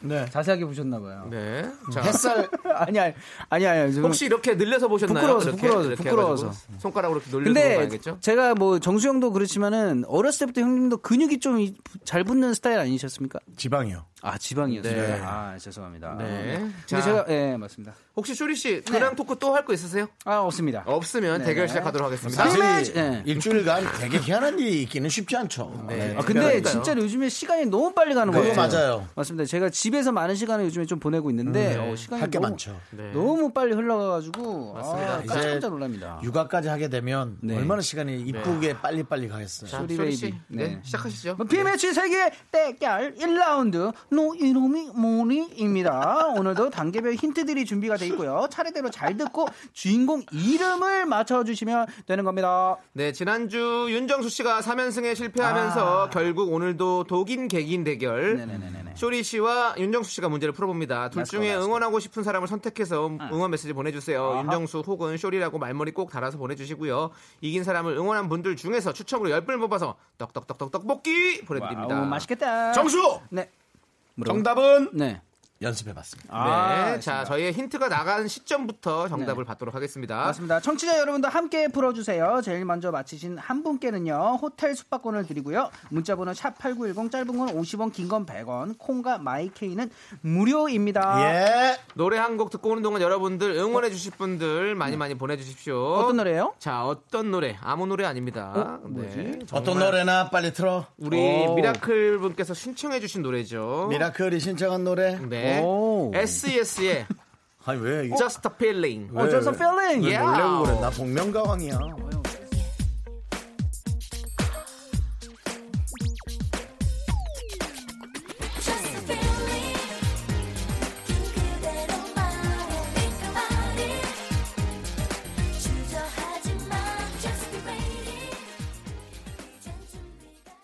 Speaker 1: 네.
Speaker 7: 자세하게 보셨나 봐요.
Speaker 2: 네. 자,
Speaker 1: 햇살
Speaker 7: 아니 아니 아니 아니. 지금-
Speaker 2: 혹시 이렇게 늘려서 보셨나요?
Speaker 7: 부끄러워서,
Speaker 2: 이렇게,
Speaker 7: 부끄러워서,
Speaker 2: 이렇게
Speaker 7: 부끄러워서.
Speaker 2: 해가지고 손가락으로 이렇게 놀려서 본거
Speaker 7: 근데
Speaker 2: 아니겠죠?
Speaker 7: 제가 뭐 정수 형도 그렇지만은 어렸을 때부터 형님도 근육이 좀 잘 붙는 스타일 아니셨습니까?
Speaker 1: 지방이요.
Speaker 7: 아, 지방이었어요.
Speaker 2: 네.
Speaker 7: 아, 죄송합니다.
Speaker 2: 네.
Speaker 7: 근데
Speaker 2: 자.
Speaker 7: 제가 예, 맞습니다.
Speaker 2: 혹시 쇼리 씨 근황 토크 또 할 거 있으세요?
Speaker 7: 아, 없습니다.
Speaker 1: 어,
Speaker 2: 없으면
Speaker 7: 네,
Speaker 2: 대결
Speaker 7: 네.
Speaker 2: 시작하도록 하겠습니다.
Speaker 1: 사실
Speaker 7: 네. 네.
Speaker 1: 일주일간 되게 희한한 일이 있기는 쉽지 않죠. 네.
Speaker 7: 아, 근데 진짜 요즘에 시간이 너무 빨리 가는 거예요.
Speaker 1: 그거 맞아요.
Speaker 7: 맞습니다. 제가 집에서 많은 시간을 요즘에 좀 보내고 있는데 어, 시간이
Speaker 1: 할게
Speaker 7: 너무,
Speaker 1: 많죠.
Speaker 2: 네.
Speaker 7: 너무 빨리 흘러가가지고 맞습니다. 아,
Speaker 1: 이제
Speaker 7: 깜짝 놀랍니다.
Speaker 1: 육아까지 하게 되면
Speaker 7: 네.
Speaker 1: 얼마나 시간이 이쁘게 빨리빨리 가겠어요.
Speaker 2: 자,
Speaker 7: 쇼리
Speaker 2: 쇼리 씨,
Speaker 7: 베이비.
Speaker 2: 네.
Speaker 7: 네.
Speaker 2: 시작하시죠.
Speaker 7: PMH 세계 대결 1라운드 노 이놈이 뭐니입니다. 오늘도 단계별 힌트들이 준비가 돼 있고요. 차례대로 잘 듣고 주인공 이름을 맞춰주시면 되는 겁니다.
Speaker 2: 네, 지난주 윤정수 씨가 3연승에 실패하면서 결국 오늘도 독인 개긴 대결.
Speaker 7: 아. 네네네네.
Speaker 2: 쇼리 씨와 윤정수 씨가 문제를 풀어봅니다. 둘
Speaker 7: 맞습니다,
Speaker 2: 중에
Speaker 7: 맞습니다.
Speaker 2: 응원하고 싶은 사람을 선택해서 음, 응원 메시지 보내주세요. 윤정수 혹은 쇼리라고 말머리 꼭 달아서 보내주시고요. 이긴 사람을 응원한 분들 중에서 추첨으로 10분을 뽑아서 떡떡떡떡 떡볶이 보내드립니다.
Speaker 7: 아우, 맛있겠다.
Speaker 1: 정수
Speaker 7: 네. 뭐라고?
Speaker 1: 정답은
Speaker 7: 네.
Speaker 1: 연습해봤습니다.
Speaker 2: 네,
Speaker 7: 아,
Speaker 2: 자 저희의 힌트가 나간 시점부터 정답을 받도록 하겠습니다.
Speaker 7: 네. 맞습니다. 청취자 여러분도 함께 풀어주세요. 제일 먼저 맞히신 한 분께는요. 호텔 숙박권을 드리고요. 문자번호 샵8910 짧은 건 50원 긴 건 100원 콩과 마이케이는 무료입니다.
Speaker 1: 예.
Speaker 2: 노래 한 곡 듣고 오는 동안 여러분들 응원해 주실 분들 많이 많이 보내주십시오.
Speaker 7: 어? 네. 어떤 노래예요?
Speaker 2: 자 어떤 노래? 아무 노래 아닙니다. 네,
Speaker 1: 어떤 노래나 빨리 틀어.
Speaker 2: 우리 미라클 분께서 신청해 주신 노래죠.
Speaker 1: 미라클이 신청한 노래.
Speaker 2: 네.
Speaker 7: 오.
Speaker 2: SES의
Speaker 1: 아니 왜 이거
Speaker 2: Just a Feeling.
Speaker 7: 어, 저서 필링.
Speaker 1: 왜
Speaker 2: 야.
Speaker 1: 놀래고 그래? 나 복면가왕이야.
Speaker 3: Just a feeling 긴 그대로만 이끌어가리 주저하지마 Just be ready 이젠 준비가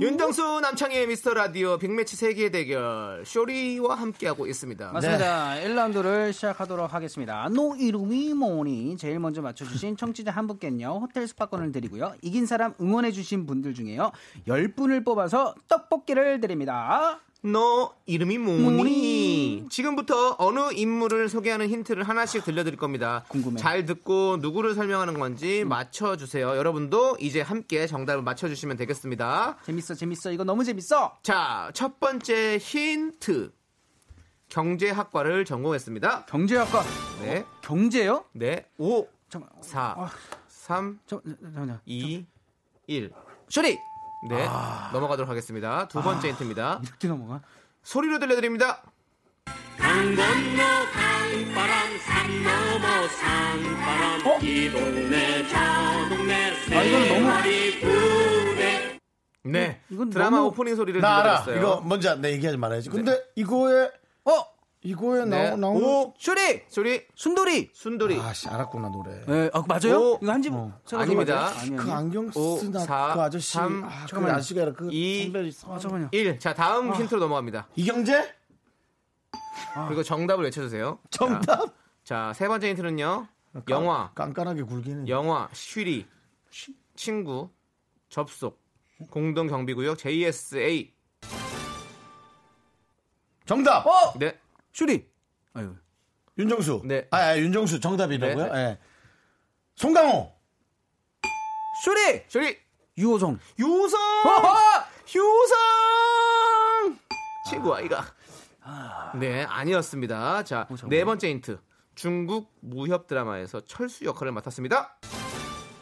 Speaker 2: 윤정수 남창희의 미스터 라디오 빅매치 세계 대결 쇼리와 함께하고 있습니다.
Speaker 7: 맞습니다.
Speaker 2: 네.
Speaker 7: 1라운드를 시작하도록 하겠습니다. 노 이름이 뭐니? 제일 먼저 맞춰주신 청취자 한 분께는요. 호텔 숙박권을 드리고요. 이긴 사람 응원해주신 분들 중에요. 10분을 뽑아서 떡볶이를 드립니다.
Speaker 2: 너 이름이 뭐니?
Speaker 7: 뭐니?
Speaker 2: 지금부터 어느 인물을 소개하는 힌트를 하나씩 들려드릴 겁니다.
Speaker 7: 궁금해.
Speaker 2: 잘 듣고 누구를 설명하는 건지 맞춰주세요. 여러분도 이제 함께 정답을 맞춰주시면 되겠습니다.
Speaker 7: 재밌어 재밌어 이거 너무 재밌어.
Speaker 2: 자, 첫 번째 힌트. 경제학과를 전공했습니다.
Speaker 7: 경제학과
Speaker 2: 네.
Speaker 7: 경제요?
Speaker 2: 네. 5,
Speaker 7: 잠깐
Speaker 2: 4, 3,
Speaker 7: 잠- 잠깐만요.
Speaker 2: 2, 1. 쇼리! 네. 넘어가도록 하겠습니다. 두 번째 힌트입니다.
Speaker 7: 이렇게 넘어가?
Speaker 2: 소리로 들려드립니다.
Speaker 3: 아
Speaker 8: 산 건너 강바람 산 넘어 산바람 이 동네 저 동네
Speaker 1: 아, 이거는 너무-
Speaker 8: 세마리 굴에
Speaker 2: 네.
Speaker 7: 이건
Speaker 2: 드라마
Speaker 7: 너무-
Speaker 2: 오프닝 소리를
Speaker 1: 나 알아.
Speaker 2: 들려드렸어요.
Speaker 1: 이거 먼저 내 얘기하지 말아야지. 근데 이거에
Speaker 7: 어,
Speaker 1: 이거에
Speaker 2: 네.
Speaker 1: 나오 나오.
Speaker 2: 오,
Speaker 7: 쇼리,
Speaker 2: 소리,
Speaker 7: 순돌이.
Speaker 2: 순돌이.
Speaker 1: 아씨 알았구나 노래.
Speaker 7: 네, 아, 맞아요?
Speaker 2: 오.
Speaker 7: 이거 한집
Speaker 2: 어? 아닙니다.
Speaker 7: 아니,
Speaker 1: 그
Speaker 7: 아니.
Speaker 1: 안경
Speaker 2: 오,
Speaker 1: 쓰나
Speaker 2: 사,
Speaker 1: 그 아저씨.
Speaker 2: 삼,
Speaker 1: 아, 그
Speaker 7: 잠깐만요.
Speaker 1: 아저씨가 아니라 그
Speaker 2: 이-
Speaker 1: 선배
Speaker 7: 아, 잠깐만요.
Speaker 2: 1. 자, 다음 힌트로 넘어갑니다.
Speaker 1: 이경재?
Speaker 2: 그리고 정답을 외쳐주세요. 자,
Speaker 1: 정답. 아,
Speaker 2: 자, 세 번째 힌트는요. 영화,
Speaker 1: 깐깐하게 굴기는.
Speaker 2: 영화, 쉬리, 친구, 접속, 공동경비구역, JSA.
Speaker 1: 정답.
Speaker 2: 네.
Speaker 7: 쇼리. 아유.
Speaker 1: 윤정수.
Speaker 2: 네.
Speaker 1: 아, 아, 윤정수 정답이라고요?
Speaker 2: 네.
Speaker 1: 예. 송강호.
Speaker 7: 쇼리!
Speaker 2: 소리,
Speaker 7: 유호성.
Speaker 2: 유성!
Speaker 7: 어허!
Speaker 2: 유성! 친구 아이가.
Speaker 7: 아.
Speaker 2: 네, 아니었습니다. 자,
Speaker 7: 어,
Speaker 2: 네 번째 힌트. 중국 무협 드라마에서 철수 역할을 맡았습니다.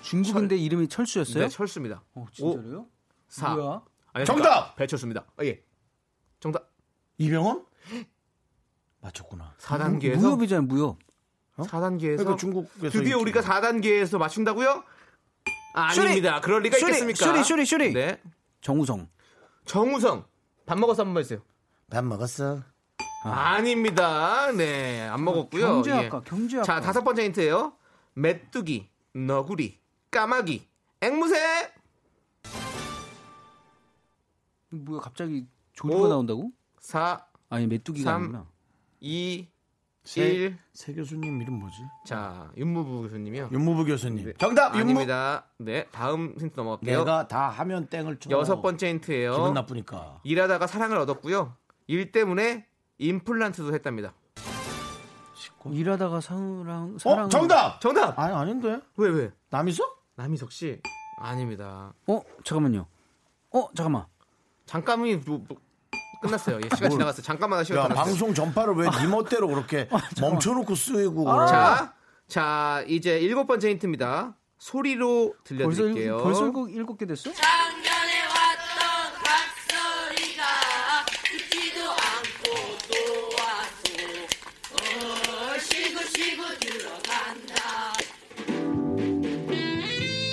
Speaker 7: 중국인데 이름이 철수였어요?
Speaker 2: 네, 철수입니다.
Speaker 7: 어, 진짜로요?
Speaker 2: 4.
Speaker 7: 뭐야?
Speaker 1: 정답!
Speaker 2: 배철수입니다. 아, 예. 정답.
Speaker 1: 이병헌? 맞췄구나.
Speaker 2: 4단계에서
Speaker 7: 무협이잖아요, 어? 무협.
Speaker 2: 4단계에서
Speaker 1: 그러니까 중국에서
Speaker 2: 드디어
Speaker 1: 이쪽으로.
Speaker 2: 우리가 4단계에서 맞춘다고요? 아,
Speaker 7: 뭐. 슈리!
Speaker 2: 아닙니다. 그럴 리가
Speaker 7: 슈리!
Speaker 2: 있겠습니까?
Speaker 7: 슈리, 슈리, 슈리.
Speaker 2: 네.
Speaker 7: 정우성.
Speaker 2: 정우성. 밥 먹어서 한번 해주세요.
Speaker 1: 밥 먹었어.
Speaker 2: 아. 닙니다 네, 안 먹었고요.
Speaker 7: 경제학과,
Speaker 2: 예.
Speaker 7: 경제학과.
Speaker 2: 자, 다섯 번째 힌트예요. 메뚜기, 너구리, 까마귀, 앵무새.
Speaker 7: 뭐야, 갑자기 조류가
Speaker 1: 어?
Speaker 2: 오.
Speaker 7: 나온다고?
Speaker 2: 4,
Speaker 7: 아니, 메뚜기가
Speaker 2: 삼.
Speaker 7: 아니구나.
Speaker 2: 2,
Speaker 1: 세,
Speaker 2: 1.
Speaker 1: 세 교수님 이름 뭐지?
Speaker 2: 자, 윤무부 교수님이요.
Speaker 1: 윤무부 교수님. 정답 윤무.
Speaker 2: 네. 아닙니다. 네, 다음 힌트 넘어갈게요.
Speaker 1: 내가 다 하면 땡을 쳐.
Speaker 2: 여섯 번째 힌트예요. 어?
Speaker 1: 기분 나쁘니까.
Speaker 2: 일하다가 사랑을 얻었고요. 일 때문에 임플란트도 했답니다.
Speaker 7: 어, 일하다가 사랑, 사랑.
Speaker 1: 어 정답.
Speaker 2: 정답.
Speaker 1: 아니 아닌데.
Speaker 2: 왜 왜?
Speaker 1: 남이석?
Speaker 2: 남희석 씨 아닙니다.
Speaker 7: 어, 잠깐만요. 어, 잠깐만.
Speaker 2: 잠깐이 뭐, 뭐, 끝났어요. 예, 시간 지나갔어요. 잠깐만 하
Speaker 1: 야
Speaker 2: 시간 지나갔어요.
Speaker 1: 방송 전파를 왜 네 멋대로 그렇게
Speaker 2: 아,
Speaker 1: 멈춰놓고 쓰이고 그래.
Speaker 2: 자, 자 이제 일곱 번째 힌트입니다. 소리로
Speaker 7: 벌써,
Speaker 2: 들려드릴게요.
Speaker 7: 일, 벌써 일곱, 일곱 개 됐어?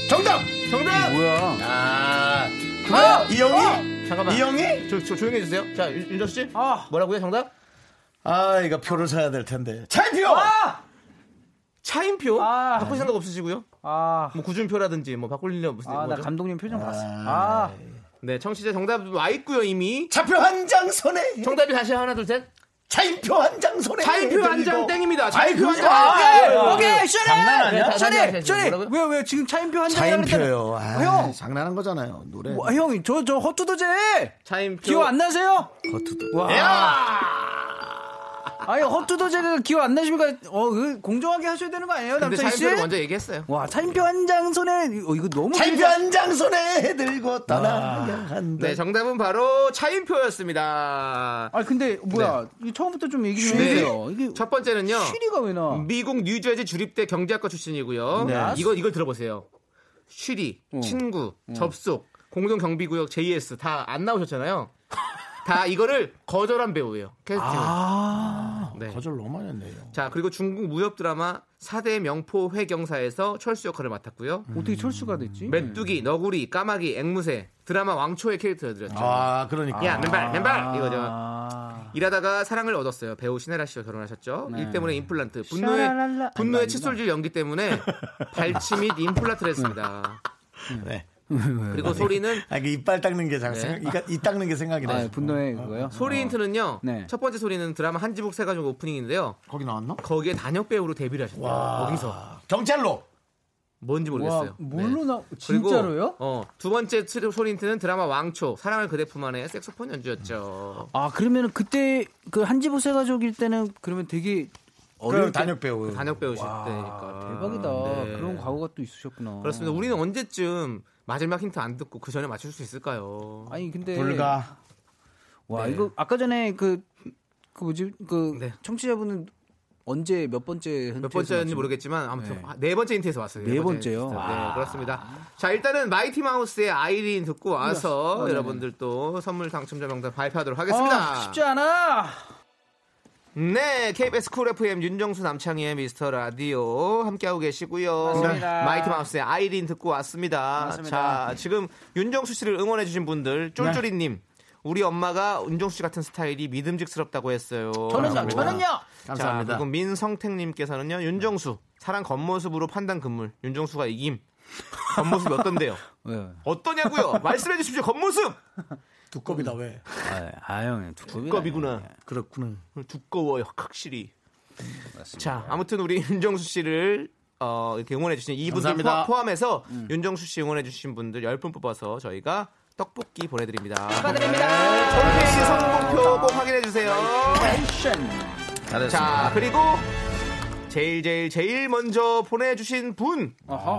Speaker 1: 정답.
Speaker 2: 정답.
Speaker 7: 뭐야.
Speaker 2: 아, 어,
Speaker 1: 아, 이영희.
Speaker 2: 잠깐만.
Speaker 1: 이영희?
Speaker 2: 저, 저 조용히 해주세요. 자, 윤- 윤정 씨.
Speaker 7: 아.
Speaker 2: 뭐라고요? 정답?
Speaker 1: 아 이거 표를 사야 될 텐데. 차이표.
Speaker 2: 아, 차인표.
Speaker 7: 아.
Speaker 2: 바꿀 생각 없으시고요.
Speaker 7: 아,
Speaker 2: 뭐 구준표라든지 뭐 바꿀려 무슨
Speaker 7: 아, 나
Speaker 2: 뭐죠?
Speaker 7: 감독님 표정 봤어. 아,
Speaker 2: 네, 청취자 정답 와 있고요 이미.
Speaker 1: 차표 한 장 손에.
Speaker 2: 정답이 다시 하나 둘 셋.
Speaker 1: 차인표 한 장 손에.
Speaker 2: 차인표 한 장 땡입니다. 차인표
Speaker 1: 차인표
Speaker 2: 한
Speaker 1: 한
Speaker 2: 장.
Speaker 1: 장.
Speaker 7: 오케이, 쇼리!
Speaker 1: 예, 장난 아니야?
Speaker 2: 네,
Speaker 7: 쇼리!
Speaker 2: 다시, 다시,
Speaker 7: 쇼리!
Speaker 2: 다시.
Speaker 7: 왜, 왜, 지금 차인표 한 장이라고
Speaker 2: 어,
Speaker 1: 차인표요.
Speaker 7: 그랬잖아.
Speaker 1: 아,
Speaker 7: 형!
Speaker 1: 장난한 거잖아요. 노래.
Speaker 2: 뭐,
Speaker 7: 와, 형, 저, 저 헛두더제!
Speaker 2: 차인표.
Speaker 7: 기억 안 나세요?
Speaker 2: 뭐,
Speaker 1: 거투도.
Speaker 7: 와. 아니, 헛두더제를 기억 안 나십니까? 어, 그 공정하게 하셔야 되는 거 아니에요,
Speaker 2: 근데
Speaker 7: 남창희 씨?
Speaker 2: 차인표를 먼저 얘기했어요.
Speaker 7: 와, 차인표 한 장 손에, 어, 이거 너무.
Speaker 1: 차인표 한 장 손에 들고 떠나야 한다.
Speaker 2: 네, 정답은 바로 차인표였습니다.
Speaker 7: 아, 근데,
Speaker 2: 네.
Speaker 7: 뭐야. 이거 처음부터 좀 얘기 좀 해주세요. 이게.
Speaker 2: 첫 번째는요.
Speaker 7: 쉬리가 왜 나?
Speaker 2: 미국 뉴저지 주립대 경제학과 출신이고요.
Speaker 1: 네.
Speaker 2: 이거 이걸 들어보세요. 쉬리,
Speaker 7: 음.
Speaker 2: 친구, 접속, 공동경비구역, JS 다 안 나오셨잖아요. 다 이거를 거절한 배우예요. 캐스팅.
Speaker 7: 아.
Speaker 2: 네.
Speaker 1: 거절 너무 많이 했네요.
Speaker 2: 자 그리고 중국 무협 드라마 4대 명포 회경사에서 철수 역할을 맡았고요.
Speaker 7: 어떻게 철수가 됐지?
Speaker 2: 네. 메뚜기, 너구리, 까마귀, 앵무새 드라마 왕초의 캐릭터를 드렸죠.
Speaker 1: 아, 그러니까.
Speaker 2: 야 맨발 맨발 이거죠.
Speaker 7: 아.
Speaker 2: 일하다가 사랑을 얻었어요. 배우 신혜라 씨와 결혼하셨죠. 일 때문에 임플란트, 분노의
Speaker 7: 네. 샤랄랄라.
Speaker 2: 분노의
Speaker 7: 아니다,
Speaker 2: 칫솔질 연기 때문에 발치 및 임플란트를 했습니다.
Speaker 1: 네.
Speaker 2: 그리고 소리는
Speaker 1: 아, 그 이빨 닦는 게 장, 생각, 이가- 이 닦는 게 생각이 나요.
Speaker 7: 네. 아, 분노의 그거요?
Speaker 2: 소리 힌트는요.
Speaker 7: 네.
Speaker 2: 첫 번째 소리는 드라마 한지북 세가족 오프닝인데요.
Speaker 1: 거기 나왔나?
Speaker 2: 거기에 단역 배우로 데뷔를 하셨대요. 거기서
Speaker 1: 아, 경찰로.
Speaker 2: 뭔지
Speaker 7: 와,
Speaker 2: 모르겠어요.
Speaker 7: 뭘로
Speaker 2: 네.
Speaker 7: 나,
Speaker 2: 그리고,
Speaker 7: 진짜로요?
Speaker 2: 어, 두 번째 소- 소리 힌트는 드라마 왕초 사랑을 그대 품 안에 색소폰 연주였죠.
Speaker 7: 아 그러면은 그때 그 한지부세 가족일 때는 그러면 되게
Speaker 1: 그럼 단역 배우.
Speaker 2: 단역 아, 배우실 때니까
Speaker 7: 대박이다
Speaker 2: 네.
Speaker 7: 그런 과거가 또 있으셨구나.
Speaker 2: 그렇습니다. 우리는 언제쯤 마지막 힌트 안 듣고 그 전에 맞출 수 있을까요?
Speaker 7: 아니 근데
Speaker 1: 불가.
Speaker 7: 와
Speaker 2: 네.
Speaker 7: 이거 아까 전에 그 그 뭐지 그
Speaker 2: 네.
Speaker 7: 청취자분은 언제 몇 번째
Speaker 2: 몇 번째였는지 모르겠지만 아무튼
Speaker 7: 네.
Speaker 2: 아, 네 번째 힌트에서 왔어요.
Speaker 7: 네
Speaker 2: 번째
Speaker 7: 번째요?
Speaker 2: 힌트. 네,
Speaker 7: 와.
Speaker 2: 그렇습니다. 자, 일단은 마이티 마우스의 아이린 듣고
Speaker 7: 네.
Speaker 2: 와서 여러분들 또 선물 당첨자 명단 발표하도록 하겠습니다.
Speaker 7: 아, 쉽지 않아.
Speaker 2: 네, KBS 쿨 FM 윤정수 남창희의 미스터 라디오 함께하고 계시고요.
Speaker 7: 맞습니다.
Speaker 2: 마이티 마우스의 아이린 듣고 왔습니다.
Speaker 7: 맞습니다.
Speaker 2: 자, 지금 윤정수 씨를 응원해 주신 분들 쫄쫄이
Speaker 7: 네.
Speaker 2: 님. 우리 엄마가 윤정수 씨 같은 스타일이 믿음직스럽다고 했어요.
Speaker 7: 저는요,
Speaker 2: 라고.
Speaker 7: 저는요.
Speaker 1: 감사합니다.
Speaker 2: 자, 그리고 민성택님께서는요, 윤정수 사랑 겉모습으로 판단 금물. 윤정수가 이김. 겉모습이 어떤데요?
Speaker 7: 왜?
Speaker 2: 어떠냐고요? 말씀해 주십시오. 겉모습.
Speaker 1: 두꺼비다 왜?
Speaker 7: 아, 아 형, 두꺼비.
Speaker 2: 두꺼비구나.
Speaker 1: 예,
Speaker 2: 음,
Speaker 1: 그렇구나.
Speaker 2: 두꺼워요, 확실히. 자, 아무튼 우리 윤정수 씨를 어, 이렇게 응원해주신 이분들
Speaker 1: 감사합니다. 음.
Speaker 2: 포- 포함해서 윤정수 씨 응원해주신 분들 10분 뽑아서 저희가 떡볶이 보내드립니다.
Speaker 7: 축하드립니다.
Speaker 2: 홈페이지 성공표 꼭 확인해주세요.
Speaker 1: 네.
Speaker 7: 패션.
Speaker 2: 자, 그리고 제일 제일 제일 먼저 보내주신 분,
Speaker 7: 어허.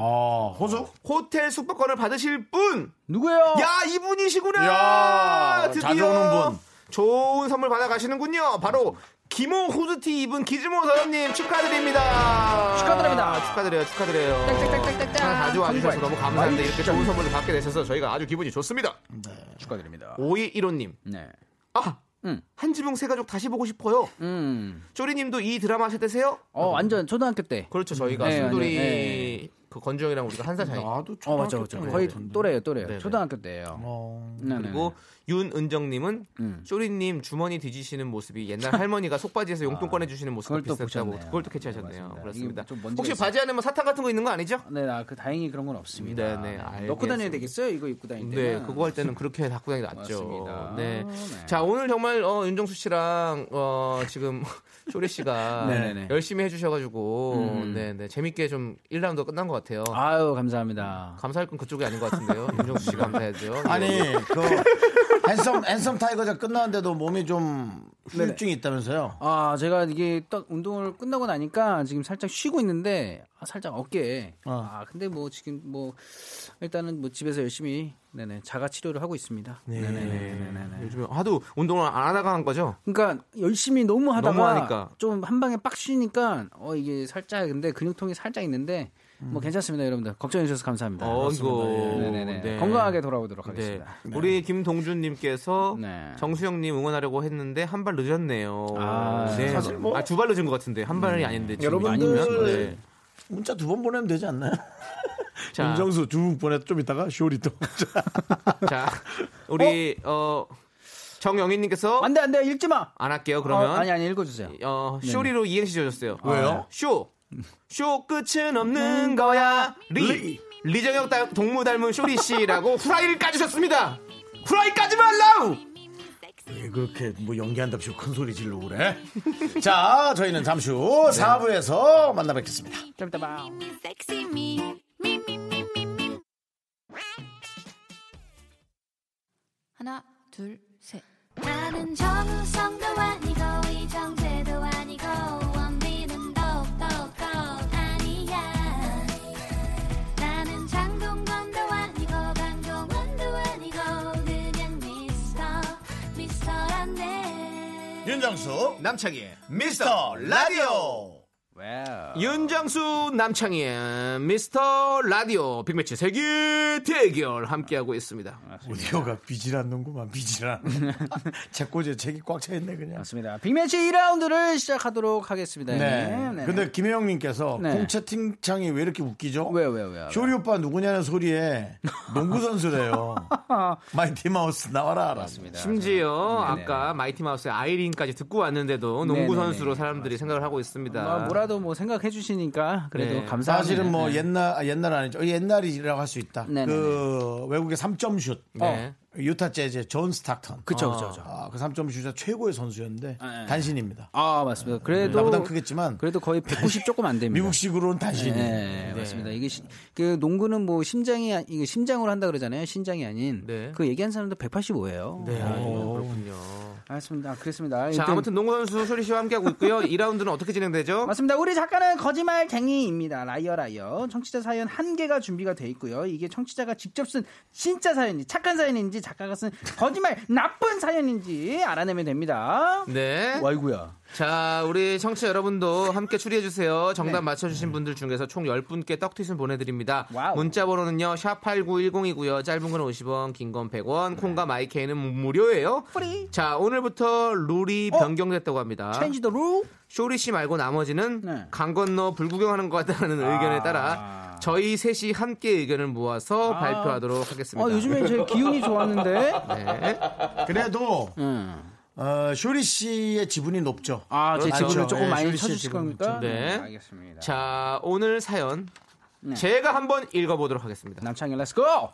Speaker 1: 아, 호수?
Speaker 2: 호텔 숙박권을 받으실 분,
Speaker 7: 누구요?
Speaker 2: 야 이분이시구나.
Speaker 1: 야,
Speaker 2: 드디어
Speaker 1: 자주 오는 분.
Speaker 2: 좋은 선물 받아 가시는군요. 바로 김호 후드티 입은 기즈모 사장님 축하드립니다.
Speaker 7: 축하드립니다.
Speaker 2: 축하드려요. 축하드려요.
Speaker 7: 땡땡땡땡땡.
Speaker 2: 하나 가져와 주셔서 너무 감사한데 이렇게
Speaker 7: 아이씨. 음.
Speaker 2: 좋은 선물을 받게 되셔서 저희가 아주 기분이 좋습니다.
Speaker 7: 축하드립니다.
Speaker 2: 5215님.
Speaker 7: 네.
Speaker 2: 아,
Speaker 7: 음.
Speaker 2: 한지봉 세 가족 다시 보고 싶어요.
Speaker 7: 음.
Speaker 2: 쪼리님도 이 드라마 하셨대세요?
Speaker 7: 어, 완전 초등학교 때.
Speaker 2: 그렇죠. 저희가
Speaker 7: 네,
Speaker 2: 순돌이
Speaker 7: 네.
Speaker 2: 그 건주형이랑 우리가 한 살 차이.
Speaker 1: 나도
Speaker 7: 어, 맞죠, 맞죠.
Speaker 1: 초등학교
Speaker 7: 거의
Speaker 1: 때
Speaker 7: 또래요, 또래요.
Speaker 2: 네네.
Speaker 7: 초등학교 때예요.
Speaker 1: 어,
Speaker 7: 아, 네네네.
Speaker 2: 그리고 윤은정님은
Speaker 7: 음.
Speaker 2: 쇼리님 주머니 뒤지시는 모습이 옛날 할머니가 속바지에서 용돈 꺼내주시는 모습과
Speaker 7: 아, 그걸 또
Speaker 2: 비슷했다고
Speaker 7: 보셨네요.
Speaker 2: 그걸 또
Speaker 7: 네,
Speaker 2: 캐치하셨네요.
Speaker 7: 맞습니다.
Speaker 2: 그렇습니다.
Speaker 7: 이게 좀 먼지가
Speaker 2: 혹시
Speaker 7: 있어요.
Speaker 2: 바지 안에 뭐 사탕 같은 거 있는 거 아니죠?
Speaker 7: 네, 나 그 다행히 그런 건 없습니다.
Speaker 2: 네, 네,
Speaker 7: 넣고 다녀야
Speaker 2: 알겠습니다.
Speaker 7: 되겠어요? 이거 입고 다니면.
Speaker 2: 네, 그거 할 때는 그렇게 갖고 다니기 낫죠.
Speaker 7: 맞습니다.
Speaker 2: 네.
Speaker 7: 네.
Speaker 2: 자, 오늘 정말 어, 윤정수 씨랑 어, 지금 쇼리 씨가
Speaker 7: 네네네. 음.
Speaker 2: 열심히 해주셔가지고 네, 네, 재밌게 좀 1라운드 끝난 것 같아요.
Speaker 7: 아유, 감사합니다.
Speaker 2: 감사할 건 그쪽이 아닌 것 같은데요. 윤정수 씨 감사해야죠.
Speaker 1: 아니,
Speaker 2: 네.
Speaker 1: 그 앤섬 앤섬 타이거가 끝나는데도 몸이 좀
Speaker 7: 네.
Speaker 1: 후유증이 있다면서요?
Speaker 7: 아, 제가 이게 딱 운동을 끝나고 나니까 지금 살짝 쉬고 있는데, 아, 살짝 어깨에.
Speaker 1: 어.
Speaker 7: 아, 근데 뭐 지금 뭐, 일단은 뭐 집에서 열심히, 네네, 자가 치료를 하고 있습니다. 네. 네네
Speaker 2: 요즘에 하도 운동을 안 하다가 한 거죠?
Speaker 7: 그러니까 열심히 너무
Speaker 2: 너무
Speaker 7: 하다가
Speaker 2: 하니까.
Speaker 7: 좀 한 방에 빡 쉬니까 어 이게 살짝 근데 근육통이 살짝 있는데 뭐 괜찮습니다 여러분들 걱정해 주셔서 감사합니다.
Speaker 2: 음.
Speaker 7: 예,
Speaker 2: 어이구.
Speaker 7: 네네네.
Speaker 2: 네.
Speaker 7: 건강하게 돌아오도록
Speaker 2: 네.
Speaker 7: 하겠습니다.
Speaker 2: 우리 김동준님께서
Speaker 7: 네.
Speaker 2: 정수영님 응원하려고 했는데 한 발 늦었네요.
Speaker 7: 아,
Speaker 2: 네.
Speaker 1: 사실 뭐-
Speaker 2: 아, 두 발 늦은 것 같은데 한 발이 아닌데 지금
Speaker 1: 여러분들-
Speaker 2: 아니면? 네.
Speaker 1: 문자 두 번 보내면 되지 않나요?
Speaker 2: 자,
Speaker 1: 윤정수 두분 보내 좀 이따가 쇼리 또.
Speaker 2: 자, 우리 어, 정영희님께서
Speaker 7: 안돼 안돼 읽지 마.
Speaker 2: 안 할게요. 그러면
Speaker 7: 어, 아니 아니 읽어주세요.
Speaker 2: 어, 쇼리로 이행시 줘줬어요. 네.
Speaker 1: 왜요?
Speaker 2: 쇼. 쇼 끝은 없는 거야. 리. 리정혁 닮- 동무 닮은 쇼리 씨라고 후라이를 까주셨습니다. 후라이 까지 말라우.
Speaker 1: 왜 그렇게 뭐 연기한답시고 큰 소리 질러 그래? 자, 저희는 잠시 후
Speaker 7: 네.
Speaker 1: 4부에서 만나 뵙겠습니다.
Speaker 7: 좀 이따 봐.
Speaker 3: Sexy me, me, me, me, me, me.
Speaker 9: 하나, 둘, 셋.
Speaker 3: 나는 정우성도 아니고 이정재도 아니고 원빈은 더욱더 아니야 나는 장동건도 아니고 강동원도 아니고 그냥 미스터 미스터란데
Speaker 1: 윤정수
Speaker 2: 남창희의
Speaker 1: 미스터 라디오.
Speaker 7: 예,
Speaker 2: 윤정수 남창희의 미스터 라디오 빅매치 세계 대결 함께하고 있습니다.
Speaker 7: 아,
Speaker 1: 오디오가 비질 않는구만 비질 않. 제 꼬지에 책이 꽉 차 있네 그냥.
Speaker 7: 맞습니다. 빅매치 2라운드를 시작하도록 하겠습니다. 예,
Speaker 1: 네. 근데 김혜영님께서
Speaker 7: 네.
Speaker 1: 공 채팅창이 왜 이렇게 웃기죠?
Speaker 7: 왜요 왜요 왜요?
Speaker 1: 쇼리 오빠 누구냐는 소리에 농구 선수래요. 마이티 마우스 나와라 알았습니다.
Speaker 7: 네,
Speaker 2: 심지어 아까 마이티 마우스의 아이린까지 듣고 왔는데도 농구
Speaker 7: 네네네.
Speaker 2: 선수로 사람들이 생각을 하고 있습니다.
Speaker 7: 뭐, 뭐라도 뭐 생각해 주시니까 그래도
Speaker 2: 네.
Speaker 7: 감사합니다.
Speaker 1: 아. 사실은 뭐
Speaker 7: 네.
Speaker 1: 옛날 아, 옛날 아니죠. 옛날이라고 할 수 있다.
Speaker 7: 네네네.
Speaker 1: 그 외국의 3점슛. 어,
Speaker 2: 네.
Speaker 1: 유타 재즈의 존 스타턴.
Speaker 7: 그쵸 그쵸 그쵸.
Speaker 1: 아, 그 3점슛이 최고의 선수였는데
Speaker 7: 네.
Speaker 1: 단신입니다.
Speaker 7: 아 맞습니다. 그래도
Speaker 1: 네. 나보단 크겠지만
Speaker 7: 그래도 거의 190 조금 안 됩니다.
Speaker 1: 미국식으로는 단신이.
Speaker 7: 네, 맞습니다. 이게 시- 그 농구는 뭐 심장이 아- 이게 심장으로 한다 그러잖아요. 심장이 아닌
Speaker 2: 네.
Speaker 7: 그 얘기한 사람도 185예요.
Speaker 2: 네, 아이고, 그렇군요.
Speaker 7: 알겠습니다. 아, 그렇습니다.
Speaker 2: 자,
Speaker 7: 일단-
Speaker 2: 아무튼 농구 선수 쇼리 씨와 함께하고 있고요. 2라운드는 어떻게 진행되죠?
Speaker 7: 맞습니다. 우리 작가는 거짓말쟁이입니다. 라이어 라이어. 청취자 사연 한 개가 준비가 돼 있고요. 이게 청취자가 직접 쓴 진짜 사연인지 착한 사연인지 작가가 쓴 거짓말 나쁜 사연인지 알아내면 됩니다.
Speaker 2: 네.
Speaker 7: 와이구야.
Speaker 2: 자, 우리 청취자 여러분도 함께 추리해 주세요. 정답 맞춰 주신 분들 중에서 총 10분께 떡튀순 보내 드립니다.
Speaker 7: 네. 와우.
Speaker 2: 문자 번호는요. 샵 8910이고요. 짧은 건 50원, 긴 건 100원.
Speaker 7: 네.
Speaker 2: 콩과 마이케이는 무료예요.
Speaker 7: 프리.
Speaker 2: 자, 오늘부터 룰이
Speaker 7: 어?
Speaker 2: 변경됐다고 합니다.
Speaker 7: 체인지 더 룰.
Speaker 2: 쇼리 씨 말고 나머지는
Speaker 7: 네. 아.
Speaker 2: 강 건너 불구경하는 것 같다는 의견에 따라 저희 셋이 함께 의견을 모아서 발표하도록 하겠습니다.
Speaker 7: 아, 요즘에 제 기운이 좋았는데.
Speaker 2: 네.
Speaker 1: 그래도
Speaker 7: 음.
Speaker 1: 어, 쇼리 씨의 지분이 높죠.
Speaker 7: 아, 제
Speaker 1: 그렇죠.
Speaker 7: 지분을
Speaker 1: 예,
Speaker 7: 조금 많이
Speaker 1: 쇼리 씨의
Speaker 7: 쳐주실
Speaker 1: 지분이
Speaker 7: 겁니까?
Speaker 2: 네.
Speaker 7: 알겠습니다.
Speaker 2: 자, 오늘 사연
Speaker 7: 아, 예. 네.
Speaker 2: 제가 한번 읽어보도록 하겠습니다.
Speaker 7: 남창희 렛츠고. 어,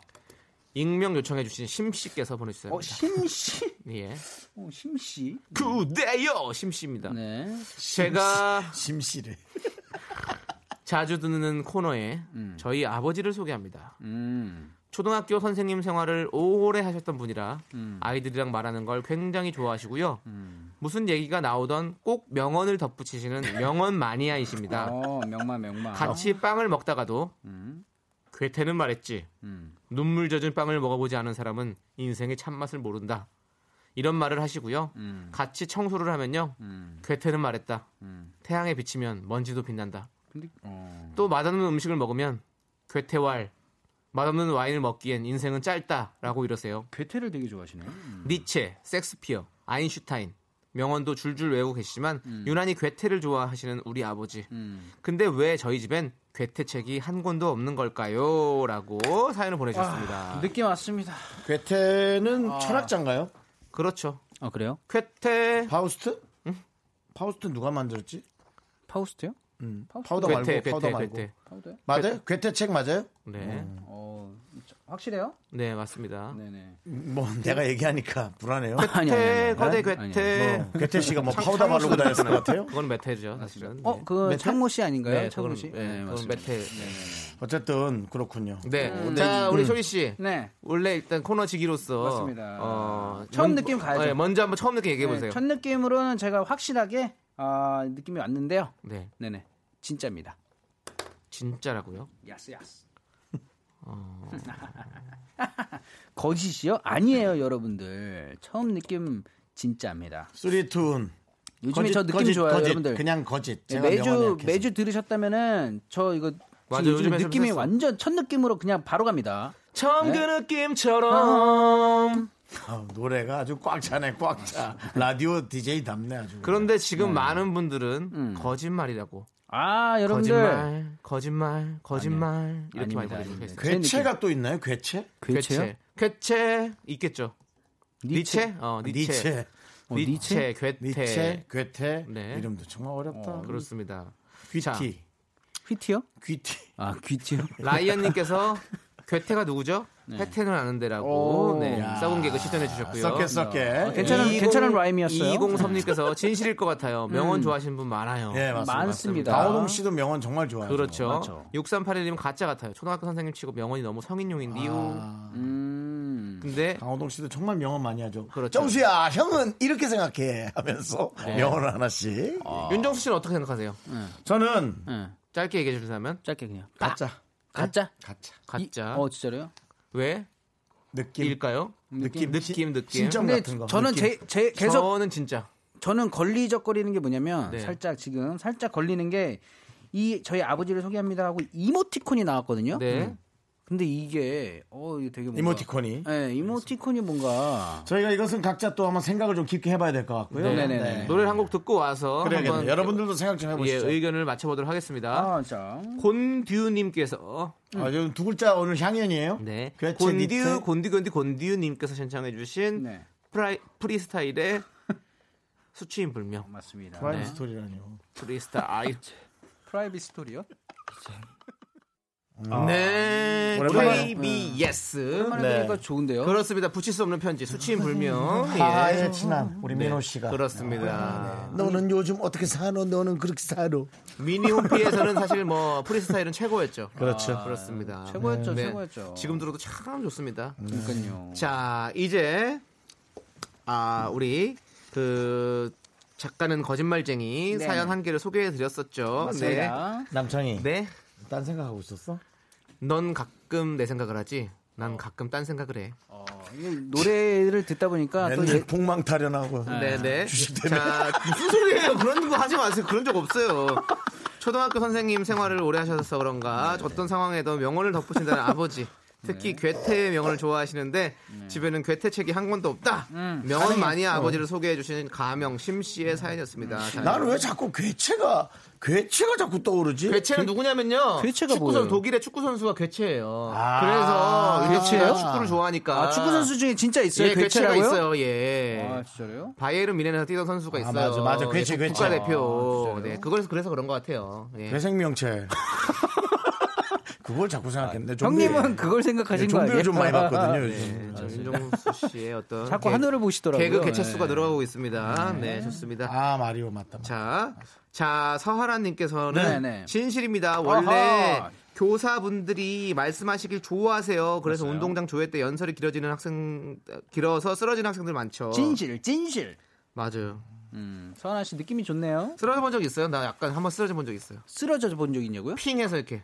Speaker 2: 익명 요청해주신 어, 심씨께서 보내주셨습니다.
Speaker 7: 심씨.
Speaker 2: 예.
Speaker 7: 어, 심씨.
Speaker 2: 그대요 심씨입니다.
Speaker 7: 네.
Speaker 2: 제가
Speaker 1: 심씨래.
Speaker 2: 자주 듣는 코너에 저희 아버지를 소개합니다.
Speaker 7: 음.
Speaker 2: 초등학교 선생님 생활을 오래 하셨던 분이라 아이들이랑 말하는 걸 굉장히 좋아하시고요.
Speaker 7: 음.
Speaker 2: 무슨 얘기가 나오던 꼭 명언을 덧붙이시는 명언 마니아이십니다.
Speaker 7: 어, 명마 명마.
Speaker 2: 같이 빵을 먹다가도 괴테는 말했지.
Speaker 7: 음.
Speaker 2: 눈물 젖은 빵을 먹어보지 않은 사람은 인생의 참맛을 모른다. 이런 말을 하시고요.
Speaker 7: 음.
Speaker 2: 같이 청소를 하면요. 괴테는 말했다. 태양에 비치면 먼지도 빛난다.
Speaker 7: 음. 근데 어.
Speaker 2: 또 맛없는 음식을 먹으면 괴테왈 맛없는 와인을 먹기엔 인생은 짧다라고 이러세요.
Speaker 7: 괴테를 되게 좋아하시네요. 음.
Speaker 2: 니체, 섹스피어, 아인슈타인 명언도 줄줄 외우고 계시지만
Speaker 7: 음.
Speaker 2: 유난히 괴테를 좋아하시는 우리 아버지. 근데 왜 저희 집엔 괴테 책이 한 권도 없는 걸까요?라고 사연을 보내셨습니다.
Speaker 7: 느낌 왔습니다.
Speaker 1: 괴테는 철학자인가요?
Speaker 2: 그렇죠.
Speaker 7: 아, 그래요?
Speaker 2: 괴테,
Speaker 1: 파우스트? 파우스트 누가 만들었지?
Speaker 7: 파우스트요?
Speaker 1: 음,
Speaker 7: 파우스트.
Speaker 1: 파우더 말고
Speaker 2: 괴테,
Speaker 1: 파우더
Speaker 2: 괴테,
Speaker 1: 말고.
Speaker 2: 괴테.
Speaker 7: 파우더요?
Speaker 1: 맞아요? 괴테 책 맞아요?
Speaker 2: 네,
Speaker 7: 어, 저- 확실해요?
Speaker 2: 네 맞습니다.
Speaker 7: 네네. 네.
Speaker 1: 뭐
Speaker 7: 음.
Speaker 1: 내가 얘기하니까 불안해요.
Speaker 7: 아니,
Speaker 2: 괴테, 거대
Speaker 7: 아니.
Speaker 2: 괴테.
Speaker 1: 뭐, 괴테 씨가 뭐 파우더 바르고 다녔을 것 같아요.
Speaker 2: 그건 메테죠, 사실은.
Speaker 7: 어, 그
Speaker 1: 메탈?
Speaker 7: 창모 씨 아닌가요?
Speaker 2: 네,
Speaker 7: 창모
Speaker 2: 그건
Speaker 7: 씨.
Speaker 2: 네, 그건 메테.
Speaker 1: 어쨌든 그렇군요.
Speaker 2: 네, 자 우리 쇼리 씨.
Speaker 7: 네.
Speaker 2: 원래 일단 코너지기로서
Speaker 7: 맞습니다.
Speaker 2: 어,
Speaker 7: 처음 느낌 가야죠.
Speaker 2: 네, 먼저 한번 처음 느낌 얘기해 보세요.
Speaker 7: 네, 첫 느낌으로는 제가 확실하게 아, 느낌이 왔는데요.
Speaker 2: 네,
Speaker 7: 네네. 진짜입니다.
Speaker 2: 진짜라고요?
Speaker 7: 야스 야스. 어. 거짓이요? 아니에요, 여러분들. 처음 느낌 진짜입니다.
Speaker 1: 쓰리툰.
Speaker 7: 요즘에 저 느낌 좋아요, 여러분들.
Speaker 1: 그냥 거짓.
Speaker 7: 네,
Speaker 1: 제가 명언을
Speaker 7: 매주
Speaker 1: 이렇게 해서.
Speaker 7: 매주 들으셨다면은 저 이거
Speaker 2: 맞아요,
Speaker 7: 요즘
Speaker 2: 요즘에 좀
Speaker 7: 느낌이
Speaker 2: 했어.
Speaker 7: 완전 첫 느낌으로 그냥 바로 갑니다.
Speaker 2: 처음 그 느낌처럼.
Speaker 1: 아우, 노래가 아주 꽉 차네, 꽉 차. 라디오 DJ 답네 아주.
Speaker 2: 그런데 지금 많은 분들은 음. 거짓말이라고.
Speaker 7: 아, 여러분들
Speaker 2: 거짓말, 거짓말, 거짓말 이렇게 많이 들으시고
Speaker 7: 아닙니다, 아닙니다.
Speaker 2: 계세요.
Speaker 1: 괴체가 또 있나요? 괴체?
Speaker 7: 괴체요?
Speaker 2: 괴체 있겠죠. 니체, 어
Speaker 7: 그,
Speaker 1: 아,
Speaker 2: 니체,
Speaker 1: 니체.
Speaker 7: 어,
Speaker 2: 니체,
Speaker 7: 니체?
Speaker 2: 괴테,
Speaker 1: 니체, 괴테.
Speaker 2: 네.
Speaker 1: 이름도 정말 어렵다.
Speaker 2: 그렇습니다.
Speaker 1: 귀티.
Speaker 2: 자.
Speaker 7: 휘티요?
Speaker 1: 귀티.
Speaker 7: 아, 귀티요?
Speaker 2: 라이언님께서 괴테가 누구죠? 혜태는 아는데라고
Speaker 7: 오.
Speaker 2: 네,
Speaker 1: 야.
Speaker 2: 싸운 개그 시전해 주셨고요. 어,
Speaker 1: 썩게 썩게.
Speaker 7: 괜찮은- 괜찮은 라임이었어요.
Speaker 2: 203님께서 진실일 것 같아요. 명언 좋아하시는 분 많아요.
Speaker 1: 예, 맞습니다.
Speaker 7: 많습니다.
Speaker 1: 강호동 씨도 명언 정말 좋아요.
Speaker 2: 그렇죠.
Speaker 7: 맞죠.
Speaker 2: 6381님 가짜 같아요. 초등학교 선생님 치고 명언이 너무 성인용인데요.
Speaker 7: 음.
Speaker 2: 근데
Speaker 1: 강호동 씨도 정말 명언 많이 하죠.
Speaker 2: 그렇죠.
Speaker 1: 정수야, 형은 이렇게 생각해 하면서 명언 하나씩.
Speaker 2: 윤정수 씨는 어떻게 생각하세요?
Speaker 1: 저는
Speaker 7: 예.
Speaker 2: 짧게 얘기해 주신다면
Speaker 7: 짧게 그냥.
Speaker 1: 가짜,
Speaker 7: 가짜?
Speaker 1: 가짜.
Speaker 2: 가짜.
Speaker 7: 어, 진짜로요?
Speaker 2: 왜?
Speaker 1: 느낌,
Speaker 2: 일까요?
Speaker 1: 느낌,
Speaker 2: 느낌, 느낌.
Speaker 1: 신점
Speaker 7: 근데
Speaker 1: 같은 거.
Speaker 7: 저는
Speaker 1: 느낌.
Speaker 7: 제, 제 계속
Speaker 2: 저는 진짜.
Speaker 7: 저는 걸리적거리는 게 뭐냐면
Speaker 2: 네.
Speaker 7: 살짝 지금 살짝 걸리는 게 이 저희 아버지를 소개합니다 하고 이모티콘이 나왔거든요.
Speaker 2: 네.
Speaker 7: 음. 근데 이게 어 이게 되게 뭔가
Speaker 1: 이모티콘이.
Speaker 7: 네, 이모티콘이 뭔가
Speaker 1: 저희가 이것은 각자 또 한번 생각을 좀 깊게 해봐야 될 것 같고요.
Speaker 2: 네.
Speaker 7: 네네네.
Speaker 2: 노래를 한 곡 듣고 와서
Speaker 1: 그래야겠네요.
Speaker 2: 한번
Speaker 1: 여러분들도 생각 좀
Speaker 2: 예,
Speaker 1: 해보시죠.
Speaker 2: 의견을 맞춰보도록 하겠습니다.
Speaker 7: 아, 자.
Speaker 2: 곤듀님께서
Speaker 1: 아, 저두 글자 오늘 향연이에요.
Speaker 2: 네.
Speaker 1: 괴체 니트.
Speaker 2: 곤듀 곤듀 곤듀 곤듀님께서 신청해주신
Speaker 7: 네.
Speaker 2: 프라이, 프리스타일의 수취인 불명
Speaker 7: 맞습니다.
Speaker 1: 프라임
Speaker 2: 네.
Speaker 1: 스토리라니요.
Speaker 2: 프리스타일.
Speaker 7: 프라이빗 스토리요?
Speaker 2: 네.
Speaker 1: 아. 오랜만에.
Speaker 2: KBS.
Speaker 7: 오랜만에
Speaker 1: 네.
Speaker 7: 들으니까 좋은데요.
Speaker 2: 그렇습니다. 붙일 수 없는 편지 수치인 불명. 네.
Speaker 1: 아예 친한
Speaker 7: 네.
Speaker 1: 우리 민호 씨가.
Speaker 2: 그렇습니다.
Speaker 1: 너는 요즘 어떻게 사노? 너는 그렇게 사노?
Speaker 2: 미니 홈피에서는 사실 뭐 프리스타일은 최고였죠. 아,
Speaker 1: 그렇죠.
Speaker 2: 그렇습니다.
Speaker 7: 아,
Speaker 2: 네.
Speaker 7: 최고였죠, 최고였죠.
Speaker 2: 지금 들어도 참 좋습니다.
Speaker 1: 음.
Speaker 7: 그러니까요.
Speaker 2: 자, 이제 아, 우리 그 작가는 거짓말쟁이
Speaker 7: 네.
Speaker 2: 사연 한 개를 소개해 드렸었죠.
Speaker 7: 자,
Speaker 1: 남창이.
Speaker 2: 네. 네.
Speaker 1: 딴 생각하고 있었어?
Speaker 2: 넌 가끔 내 생각을 하지. 난 가끔 딴 생각을 해.
Speaker 7: 어, 이게 노래를 듣다 보니까 또
Speaker 1: 맨날
Speaker 7: 예-
Speaker 1: 아, 폭망타령하고
Speaker 7: 아,
Speaker 2: 네네.
Speaker 1: 주식 때문에
Speaker 2: 자, 무슨 소리예요? 그런 거 하지 마세요. 그런 적 없어요. 초등학교 선생님 생활을 오래 하셔서 그런가
Speaker 7: 네.
Speaker 2: 어떤 상황에도 명언을 덧붙인다는 아버지. 특히 괴테의 명언을 좋아하시는데
Speaker 7: 네.
Speaker 2: 집에는 괴테 책이 한 권도 없다.
Speaker 7: 음.
Speaker 2: 명언
Speaker 7: 어.
Speaker 2: 마니아 아버지를 소개해 주신 가명 심 씨의 사연이었습니다.
Speaker 7: 음.
Speaker 2: 자,
Speaker 1: 나는 왜 자꾸 괴체가 괴체가 자꾸 떠오르지?
Speaker 2: 괴체는 누구냐면요.
Speaker 7: 괴체가
Speaker 2: 축구
Speaker 7: 뭐예요?
Speaker 2: 선 독일의 축구 선수가 괴체예요.
Speaker 1: 아,
Speaker 2: 그래서 괴체요?
Speaker 7: 괴체요?
Speaker 2: 축구를 좋아하니까.
Speaker 7: 아, 축구 선수 중에 진짜 있어요.
Speaker 2: 예, 괴체가
Speaker 7: 괴체라고요?
Speaker 2: 있어요. 예.
Speaker 7: 아, 진짜요?
Speaker 2: 바이에른 미네에서 뛰던 선수가 있어요.
Speaker 1: 맞아, 맞아. 괴치,
Speaker 2: 예,
Speaker 1: 괴치.
Speaker 2: 국가대표. 네, 그걸 그래서 그런 것 같아요. 예.
Speaker 1: 괴생명체. 그걸 자꾸 생각했는데 좀비. 네,
Speaker 7: 형님은 그걸 생각하신 거 아니에요?
Speaker 1: 좀비를 좀 많이 봤거든요. 요즘.
Speaker 2: 네, 저 윤종수 씨의 어떤
Speaker 7: 자꾸
Speaker 2: 개-
Speaker 7: 하늘을 보시더라고요.
Speaker 2: 개그 개체 수가
Speaker 7: 네.
Speaker 2: 늘어가고 있습니다. 네, 좋습니다.
Speaker 1: 아 마리오 맞다. 맞다.
Speaker 2: 자, 자 서하라님께서는
Speaker 7: 네, 네.
Speaker 2: 진실입니다. 원래
Speaker 7: 아하.
Speaker 2: 교사분들이 말씀하시길 좋아하세요. 그래서 운동장 조회 때 연설이 길어지는 학생 길어서 쓰러지는 학생들 많죠.
Speaker 7: 진실, 진실.
Speaker 2: 맞아요.
Speaker 7: 음, 서하나 씨 느낌이 좋네요.
Speaker 2: 쓰러져 본 적 있어요? 나 약간 한번 쓰러져 본 적 있어요.
Speaker 7: 쓰러져 본 적 있냐고요?
Speaker 2: 핑해서 이렇게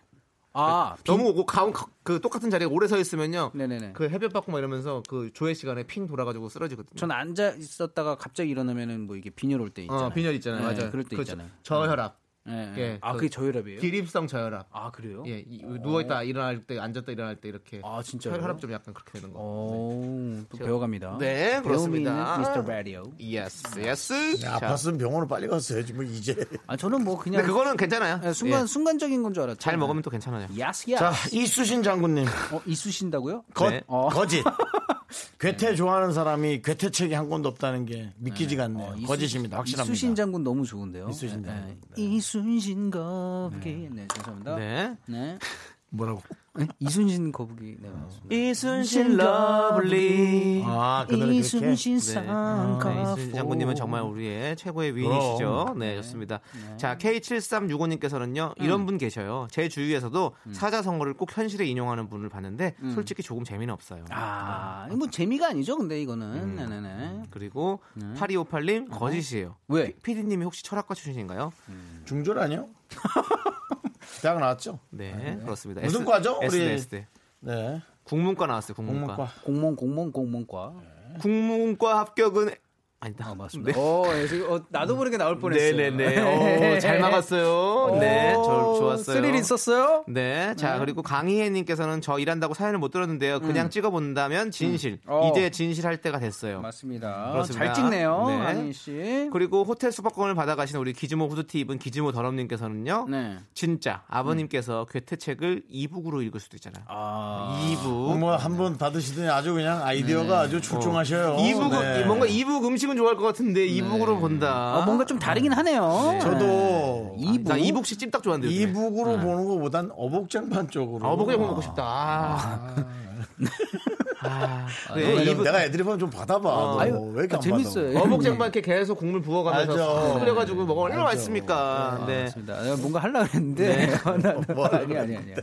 Speaker 7: 아,
Speaker 2: 너무 오고 가운 가- 그 똑같은 자리에 오래 서 있으면요.
Speaker 7: 네네네.
Speaker 2: 그 햇볕 받고 막 이러면서 그 조회 시간에 핑 돌아가지고 쓰러지거든요.
Speaker 7: 전 앉아 있었다가 갑자기 일어나면은 뭐 이게 빈혈 올 때 있잖아요.
Speaker 2: 어, 빈혈 있잖아요.
Speaker 7: 네,
Speaker 2: 맞아요.
Speaker 7: 그럴 때
Speaker 2: 그
Speaker 7: 있잖아요.
Speaker 2: 저, 혈압
Speaker 7: 예.
Speaker 2: 예,
Speaker 7: 아,
Speaker 2: 그-
Speaker 7: 그게 저혈압이에요?
Speaker 2: 기립성 저혈압.
Speaker 7: 아, 그래요?
Speaker 2: 예, 이- 누워 있다 일어날 때 앉았다 일어날 때 이렇게
Speaker 7: 아, 진짜요? 어,
Speaker 2: 혈압 좀 약간 그렇게 되는 거.
Speaker 7: 오, 또 배워갑니다.
Speaker 2: 네, 그렇습니다.
Speaker 7: 배우미는 미스터 라디오.
Speaker 2: 예스, 예스.
Speaker 1: 야, 네, 아팠으면 병원을 빨리 갔어야지 뭐 이제.
Speaker 7: 아, 저는 뭐 그냥
Speaker 2: 근데 그거는 괜찮아요.
Speaker 7: 예, 순간
Speaker 2: 예.
Speaker 7: 순간적인 건 줄 알았죠.
Speaker 2: 잘 먹으면 또 괜찮아요.
Speaker 7: 야스 야스.
Speaker 1: 자 이수신 장군님
Speaker 7: 어, 있으신다고요?
Speaker 1: 거,
Speaker 2: 네.
Speaker 7: 어.
Speaker 1: 거짓. 괴테 좋아하는 사람이 괴테 책이 한 권도 없다는 게 믿기지가 않네요.
Speaker 7: 어, 이수-
Speaker 1: 거짓입니다. 확실합니다.
Speaker 7: 이순신 장군 너무 좋은데요.
Speaker 1: 이순신
Speaker 7: 네,
Speaker 1: 장군.
Speaker 7: 네. 이순신 거북이. 네, 죄송합니다. 네.
Speaker 2: 네.
Speaker 1: 뭐라고?
Speaker 7: 이순신 거북이. 네, 맞습니다.
Speaker 2: 이순신 러블리.
Speaker 1: 아, 그 노래 그렇게.
Speaker 7: 이순신
Speaker 2: 네.
Speaker 7: 쌍꺼.
Speaker 2: 네, 이순신 장군님은 정말 우리의 최고의 위인이시죠. 네, 좋습니다. 자, K7365님께서는요, 이런 분 계셔요. 제 주위에서도 사자성어를 꼭 현실에 인용하는 분을 봤는데, 솔직히 조금 재미는 없어요.
Speaker 7: 아, 뭐 재미가 아니죠, 근데 이거는. 네네네.
Speaker 2: 그리고 8258님, 거짓이에요.
Speaker 7: 왜?
Speaker 2: 피디님이 혹시 철학과 출신인가요?
Speaker 1: 중졸 아니요? 대학 나왔죠?
Speaker 2: 네, 그렇습니다.
Speaker 1: 무슨 과죠?
Speaker 2: S,
Speaker 1: 우리-
Speaker 2: S, S.
Speaker 1: 네.
Speaker 2: 국문과 나왔어요, 국문과.
Speaker 1: 공문과.
Speaker 2: 국문과,
Speaker 7: 공무원, 공무원, 공무원과.
Speaker 2: 합격은 아니다.
Speaker 7: 아, 맞습니다. 어, 예, 지금, 어, 나도 모르게 나올 뻔했어요.
Speaker 2: 네. 네네네. 오, 잘 막았어요. 네, 저, 좋았어요.
Speaker 7: 스릴 있었어요?
Speaker 2: 네, 자 그리고 강희애님께서는 저 일한다고 사연을 못 들었는데요. 그냥 찍어본다면 진실.
Speaker 7: 음. 어.
Speaker 2: 이제 진실할 때가 됐어요.
Speaker 7: 맞습니다.
Speaker 2: 그렇습니다.
Speaker 7: 잘 찍네요,
Speaker 2: 네.
Speaker 7: 아니 씨.
Speaker 2: 그리고 호텔 숙박권을 받아가신 우리 기즈모 후드티 입은 기즈모 더럽님께서는요.
Speaker 7: 네. 음.
Speaker 2: 진짜 아버님께서 괴테 책을 이북으로 읽을 수도 있잖아요.
Speaker 7: 아,
Speaker 2: 이북.
Speaker 1: 뭐 네. 한 번 받으시더니 아주 그냥 아이디어가 아주 출중하셔요.
Speaker 2: 이북은
Speaker 1: 네.
Speaker 2: 뭔가 이북 음식은 좋아할 것 같은데 이북으로 본다.
Speaker 7: 네.
Speaker 2: 아,
Speaker 7: 아, 뭔가 좀 다르긴 하네요. 네.
Speaker 1: 저도
Speaker 7: 이북.
Speaker 2: 나 이북식 찜닭 좋아하는데. 요즘에.
Speaker 1: 이북으로 보는 것보단 어복장판 쪽으로.
Speaker 2: 아, 어복이 먹고 싶다. 아. 아,
Speaker 7: 네.
Speaker 2: 그래,
Speaker 1: 네, 내가,
Speaker 2: 이북-
Speaker 1: 내가 애드립 한좀 받아봐. 너.
Speaker 7: 아유,
Speaker 1: 왜 이렇게
Speaker 7: 아,
Speaker 1: 안
Speaker 7: 재밌어요.
Speaker 1: 받아?
Speaker 2: 어복쟁반 이렇게 계속 국물 부어가면서
Speaker 1: 알죠.
Speaker 2: 싹
Speaker 1: 네.
Speaker 2: 끓여가지고 먹으면 얼마나
Speaker 1: 아,
Speaker 2: 맛있습니까? 네.
Speaker 7: 아, 맞습니다. 내가 뭔가 하려고 했는데. 어,
Speaker 1: 뭐
Speaker 7: 아니, 아니, 아니.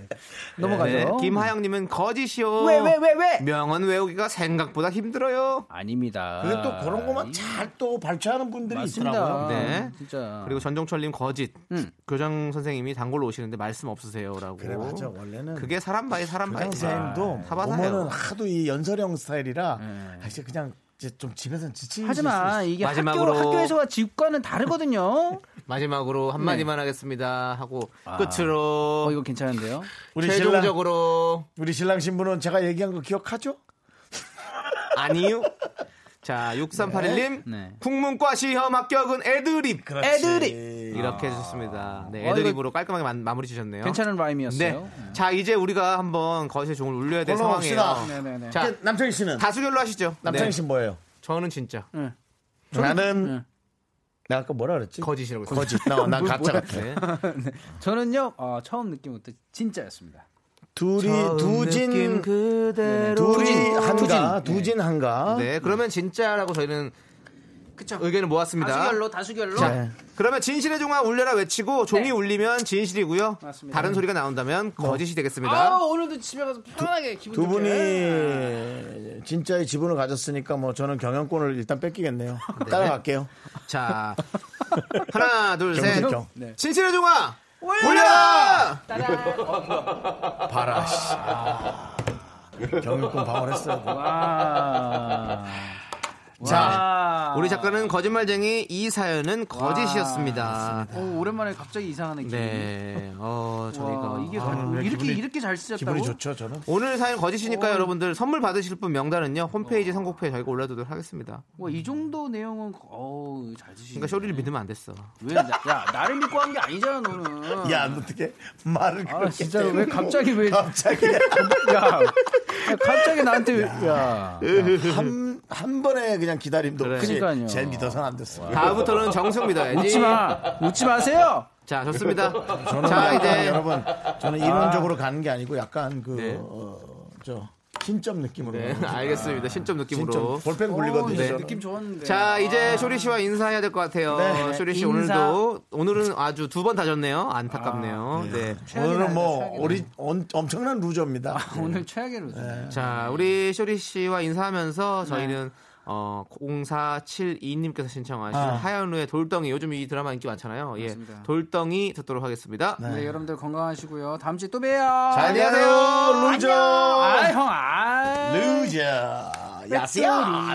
Speaker 7: 넘어가죠.
Speaker 2: 네. 김하영님은 거짓이요.
Speaker 7: 왜, 왜, 왜, 왜?
Speaker 2: 명언 외우기가 생각보다 힘들어요.
Speaker 7: 아닙니다.
Speaker 1: 근데 또 그런 것만
Speaker 7: 이-
Speaker 1: 잘 또 발췌하는 분들이
Speaker 7: 맞습니다.
Speaker 1: 있더라고요.
Speaker 2: 네.
Speaker 7: 진짜.
Speaker 2: 그리고 전종철님 거짓.
Speaker 7: 음.
Speaker 2: 교장 선생님이 단골로 오시는데 말씀 없으세요라고.
Speaker 1: 그래 맞아 원래는
Speaker 2: 그게 사람 바이 사람 바이.
Speaker 1: 교장선생님도
Speaker 2: 사바사예요.
Speaker 1: 보면은 하도 이 연설형 스타일이라 아, 이제 그냥 이제 좀 집에서는 지치는 음,
Speaker 7: 하지만 이게
Speaker 2: 마지막으로-
Speaker 7: 학교, 학교에서와 집과는 다르거든요.
Speaker 1: 네.
Speaker 2: 마지막으로 한 마디만 하겠습니다 하고 끝으로
Speaker 7: 어, 이거 괜찮은데요?
Speaker 1: 아. 우리 신랑
Speaker 2: 최종적으로
Speaker 1: 우리 신랑 신부는 제가 얘기한 거 기억하죠?
Speaker 2: 아니요. 자, 6381님.
Speaker 7: 네.
Speaker 2: 국문과 시험 합격은 애드립.
Speaker 1: 그렇죠. 애들이
Speaker 2: 이렇게 해주셨습니다. 네,
Speaker 7: 어,
Speaker 2: 애드립으로 깔끔하게 마, 마무리 주셨네요.
Speaker 7: 괜찮은 라임이었어요.
Speaker 2: 네. 자, 이제 우리가 한번 거시의 종을 울려야 될
Speaker 1: 올라갑시다.
Speaker 2: 상황이에요.
Speaker 7: 네네네.
Speaker 2: 자,
Speaker 1: 아, 남창희 씨는
Speaker 2: 다수결로 하시죠.
Speaker 1: 남창희
Speaker 2: 네.
Speaker 1: 씨는 뭐예요?
Speaker 2: 저는 진짜
Speaker 1: 나는
Speaker 7: 네.
Speaker 1: 내가 아까 뭐라 그랬지?
Speaker 2: 거짓이라고 했어요.
Speaker 1: 거짓. 나, 난 가짜 같아.
Speaker 2: 네.
Speaker 7: 저는요 어, 처음 느낌부터 진짜였습니다.
Speaker 1: 둘이 두진
Speaker 2: 그
Speaker 1: 둘이 한가 두진 네. 한가.
Speaker 2: 네, 그러면 진짜라고 저희는 의견을 모았습니다.
Speaker 7: 다수결로.
Speaker 2: 자,
Speaker 1: 네.
Speaker 2: 그러면 진실의 종아 울려라 외치고 종이
Speaker 7: 네.
Speaker 2: 울리면 진실이고요.
Speaker 7: 맞습니다.
Speaker 2: 다른 소리가 나온다면 거짓이 되겠습니다.
Speaker 7: 아 오늘도 집에 가서 편하게 기분
Speaker 1: 두
Speaker 7: 좋게.
Speaker 1: 분이 진짜의 지분을 가졌으니까 뭐 저는 경영권을 일단 뺏기겠네요. 따라갈게요.
Speaker 2: 자, 하나, 둘,
Speaker 1: 경쟁,
Speaker 2: 셋.
Speaker 1: 경.
Speaker 7: 네.
Speaker 2: 진실의 종아 울려라!
Speaker 1: 봐라. 씨. 아. 경일권 방어를 했어요.
Speaker 7: 뭐.
Speaker 1: 그거.
Speaker 7: 와.
Speaker 1: 자,
Speaker 7: 와.
Speaker 2: 우리 작가는 거짓말쟁이 이 사연은 거짓이었습니다.
Speaker 7: 오, 오랜만에 갑자기 이상하네. 기분이.
Speaker 2: 네, 어 저희가
Speaker 7: 와, 이게
Speaker 2: 아,
Speaker 7: 다-
Speaker 1: 왜
Speaker 7: 이렇게
Speaker 1: 네, 기분이-
Speaker 7: 이렇게 잘 쓰셨다고?
Speaker 1: 기분이 좋죠, 저는.
Speaker 2: 오늘 사연 거짓이니까 여러분들 선물 받으실 분 명단은요 홈페이지 선곡표에 저희가 올려두도록 하겠습니다.
Speaker 7: 와, 이 정도 내용은 어우, 잘 쓰시네.
Speaker 2: 그러니까 쇼리를 믿으면 안 됐어.
Speaker 7: 왜 나, 야, 나를 믿고 한 게 아니잖아, 너는.
Speaker 1: 야, 어떻게 말을
Speaker 7: 아,
Speaker 1: 그렇게
Speaker 7: 진짜로 왜
Speaker 1: 때리고
Speaker 7: 갑자기 왜
Speaker 1: 갑자기
Speaker 7: 야, 야, 갑자기 나한테 왜- 야.
Speaker 1: 한, 한 번에 그냥 기다림도
Speaker 2: 그 그래.
Speaker 1: 없이
Speaker 7: 그러니까요.
Speaker 1: 쟤 믿어서는 안 됐어.
Speaker 2: 다음부터는 정승 믿어야지.
Speaker 7: 웃지 마. 웃지 마세요.
Speaker 2: 자 좋습니다.
Speaker 1: 저는
Speaker 2: 자
Speaker 1: 약간
Speaker 2: 이제
Speaker 1: 여러분 저는 이론적으로 가는 게 아니고 약간 그
Speaker 2: 네.
Speaker 1: 어, 저, 신점 느낌으로
Speaker 2: 네,
Speaker 1: 가는 거죠.
Speaker 2: 알겠습니다. 신점 느낌으로.
Speaker 1: 신점 볼펜
Speaker 7: 어,
Speaker 1: 굴리거든요.
Speaker 7: 네.
Speaker 1: 저는.
Speaker 7: 느낌 좋았는데.
Speaker 2: 자 이제 쇼리 씨와 인사해야 될 것 같아요.
Speaker 1: 네.
Speaker 2: 쇼리 씨
Speaker 7: 인사.
Speaker 2: 오늘도 오늘은 아주 두 번 다졌네요. 안타깝네요. 네.
Speaker 1: 오늘은 뭐
Speaker 7: 최악이다,
Speaker 1: 우리 엄- 엄청난 루저입니다.
Speaker 7: 오늘 최악의 로즈.
Speaker 2: 자,
Speaker 1: 음.
Speaker 2: 우리 쇼리 씨와 인사하면서 저희는 어 0472님께서
Speaker 1: 네.
Speaker 2: 신청하신
Speaker 1: 아.
Speaker 2: 하현우의 돌덩이 요즘 이 드라마 인기 많잖아요. 예,
Speaker 7: 맞습니다.
Speaker 2: 돌덩이 듣도록 하겠습니다.
Speaker 7: 네. 여러분들 건강하시고요. 다음 주에 또 봬요.
Speaker 2: 자, 안녕하세요, 루저.
Speaker 7: 아, 형, 아.
Speaker 1: 루저 야스야.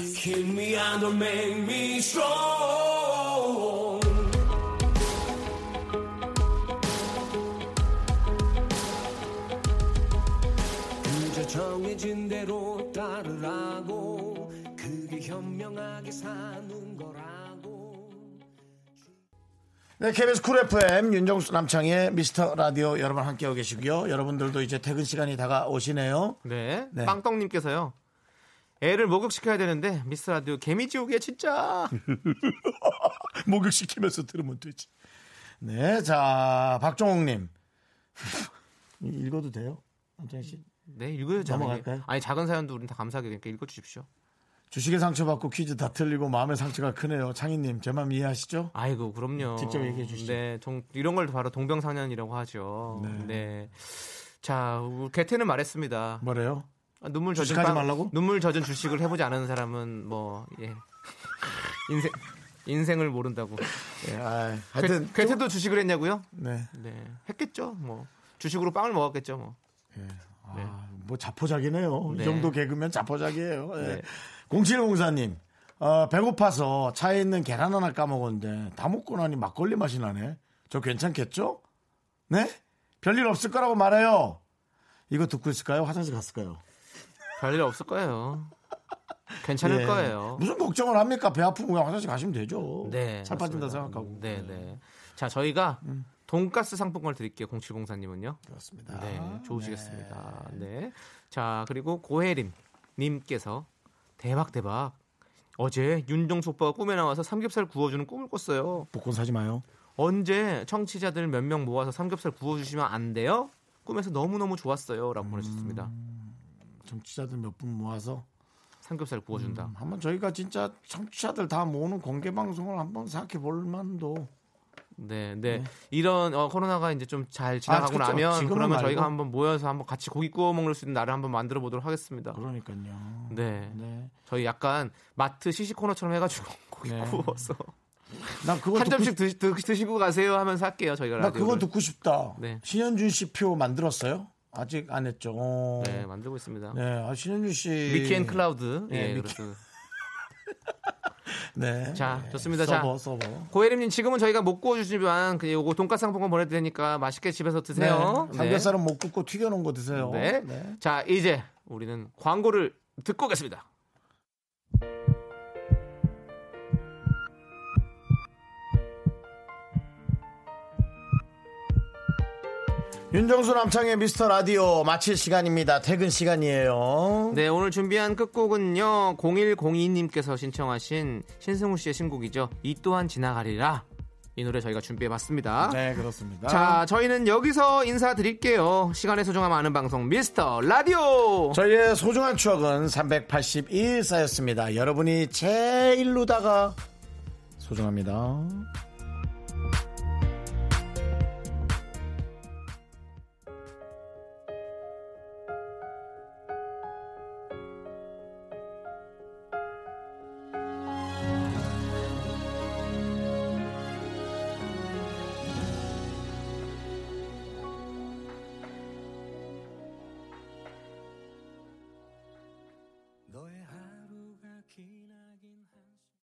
Speaker 10: 그저 정해진 대로 따르라고 그게 현명하게 사는 거라고
Speaker 1: 네, KBS 쿨 FM 윤정수 남창의 미스터 라디오 여러분 함께하고 계시고요. 여러분들도 이제 퇴근 시간이 다가오시네요.
Speaker 2: 네.
Speaker 1: 네.
Speaker 2: 빵떡님께서요. 애를 목욕시켜야 되는데 미스 라디오 개미지옥이야 진짜.
Speaker 1: 목욕시키면서 들으면 되지. 네, 자 박종욱님 읽어도 돼요, 남창 씨?
Speaker 2: 네, 읽어야죠.
Speaker 1: 넘어갈까요?
Speaker 2: 아니 작은 사연도 우린 다 감사하게 그러니까 읽어주십시오.
Speaker 1: 주식에 상처받고 퀴즈 다 틀리고 마음의 상처가 크네요. 창희님, 제 마음 이해하시죠?
Speaker 2: 아이고 그럼요.
Speaker 1: 직접 얘기해 주시죠.
Speaker 2: 네, 동- 이런 걸 바로 동병상련이라고 하죠. 네. 자, 우- 개태는 말했습니다.
Speaker 1: 뭐래요?
Speaker 2: 아, 눈물 젖은
Speaker 1: 주식하지 말라고?
Speaker 2: 눈물 젖은 주식을 해보지 않은 사람은 뭐 예. 인생 인생을 모른다고.
Speaker 1: 예, 아,
Speaker 2: 괴,
Speaker 1: 하여튼
Speaker 2: 괴테도 주식을 했냐고요?
Speaker 1: 네,
Speaker 2: 네, 했겠죠. 뭐 주식으로 빵을 먹었겠죠. 뭐.
Speaker 1: 아, 뭐 자포자기네요.
Speaker 2: 네.
Speaker 1: 이 정도 개그면 자포자기예요.
Speaker 2: 네.
Speaker 1: 0704님, 어, 배고파서 차에 있는 계란 하나 까먹었는데 다 먹고 나니 막걸리 맛이 나네. 저 괜찮겠죠? 네? 별일 없을 거라고 말해요. 이거 듣고 있을까요? 화장실 갔을까요?
Speaker 2: 별일 없을 거예요. 괜찮을
Speaker 1: 예.
Speaker 2: 거예요.
Speaker 1: 무슨 걱정을 합니까? 배 아프면 그냥 화장실 가시면 되죠.
Speaker 2: 네.
Speaker 1: 살 빠진다
Speaker 2: 맞습니다.
Speaker 1: 생각하고.
Speaker 2: 네, 네. 자, 저희가
Speaker 1: 음.
Speaker 2: 돈가스 상품권을 드릴게요. 0704님은요.
Speaker 1: 그렇습니다.
Speaker 2: 네, 좋으시겠습니다. 네. 자, 그리고 고혜림 님께서 대박 대박. 어제 윤정수 오빠가 꿈에 나와서 삼겹살 구워주는 꿈을 꿨어요.
Speaker 1: 복권 사지 마요.
Speaker 2: 언제 청취자들 몇 명 모아서 삼겹살 구워주시면 안 돼요? 꿈에서 너무너무 좋았어요. 라고 보내주셨습니다.
Speaker 1: 음. 정치자들 몇 분 모아서
Speaker 2: 삼겹살 구워준다.
Speaker 1: 한번 저희가 진짜 청취자들 다 모으는 공개 방송을 한번 생각해 볼 만도.
Speaker 2: 네, 네. 이런 어, 코로나가 이제 좀 잘
Speaker 1: 아,
Speaker 2: 지나가고
Speaker 1: 그렇죠.
Speaker 2: 나면
Speaker 1: 지금은
Speaker 2: 그러면
Speaker 1: 말고.
Speaker 2: 저희가 한번 모여서 한번 같이 고기 구워 먹을 수 있는 날을 한번 만들어 보도록 하겠습니다.
Speaker 1: 그러니까요.
Speaker 2: 네.
Speaker 1: 네.
Speaker 2: 저희 약간 마트 시식 코너처럼 해가지고 고기
Speaker 1: 네.
Speaker 2: 구워서
Speaker 1: 나 그거
Speaker 2: 한
Speaker 1: 듣고
Speaker 2: 점씩 드, 시고 가세요 하면서 할게요 저희가
Speaker 1: 싶- 나 그거
Speaker 2: 라디오를.
Speaker 1: 듣고 싶다.
Speaker 2: 네.
Speaker 1: 신현준 씨 표 만들었어요? 아직 안 했죠. 어.
Speaker 2: 네
Speaker 1: 네.
Speaker 2: 만들고 있습니다.
Speaker 1: 아, 신현준 씨.
Speaker 2: 미키앤 클라우드.
Speaker 1: 네,
Speaker 2: 예,
Speaker 1: 미키-
Speaker 2: 그렇습니다.
Speaker 1: 네.
Speaker 2: 자,
Speaker 1: 네.
Speaker 2: 좋습니다. 자.
Speaker 1: 서버, 서버.
Speaker 2: 고혜림님 지금은 저희가 못 구워주지만 그 요거 돈가스 상품권 보내드리니까 맛있게 집에서 드세요.
Speaker 1: 네. 삼겹살은 못 굽고 튀겨놓은 거 드세요.
Speaker 2: 네.
Speaker 1: 네.
Speaker 2: 자 이제 우리는 광고를 듣고 오겠습니다.
Speaker 1: 윤정수 남창의 미스터 라디오 마칠 시간입니다. 퇴근 시간이에요.
Speaker 2: 네, 오늘 준비한 끝곡은요. 0102님께서 신청하신 신승우 씨의 신곡이죠. 이 또한 지나가리라. 이 노래 저희가 준비해 봤습니다.
Speaker 1: 네, 그렇습니다.
Speaker 2: 자, 저희는 여기서 인사드릴게요. 시간의 소중함 아는 방송 미스터 라디오.
Speaker 1: 저희의 소중한 추억은 382일 쌓였습니다. 여러분이 제일로다가 소중합니다.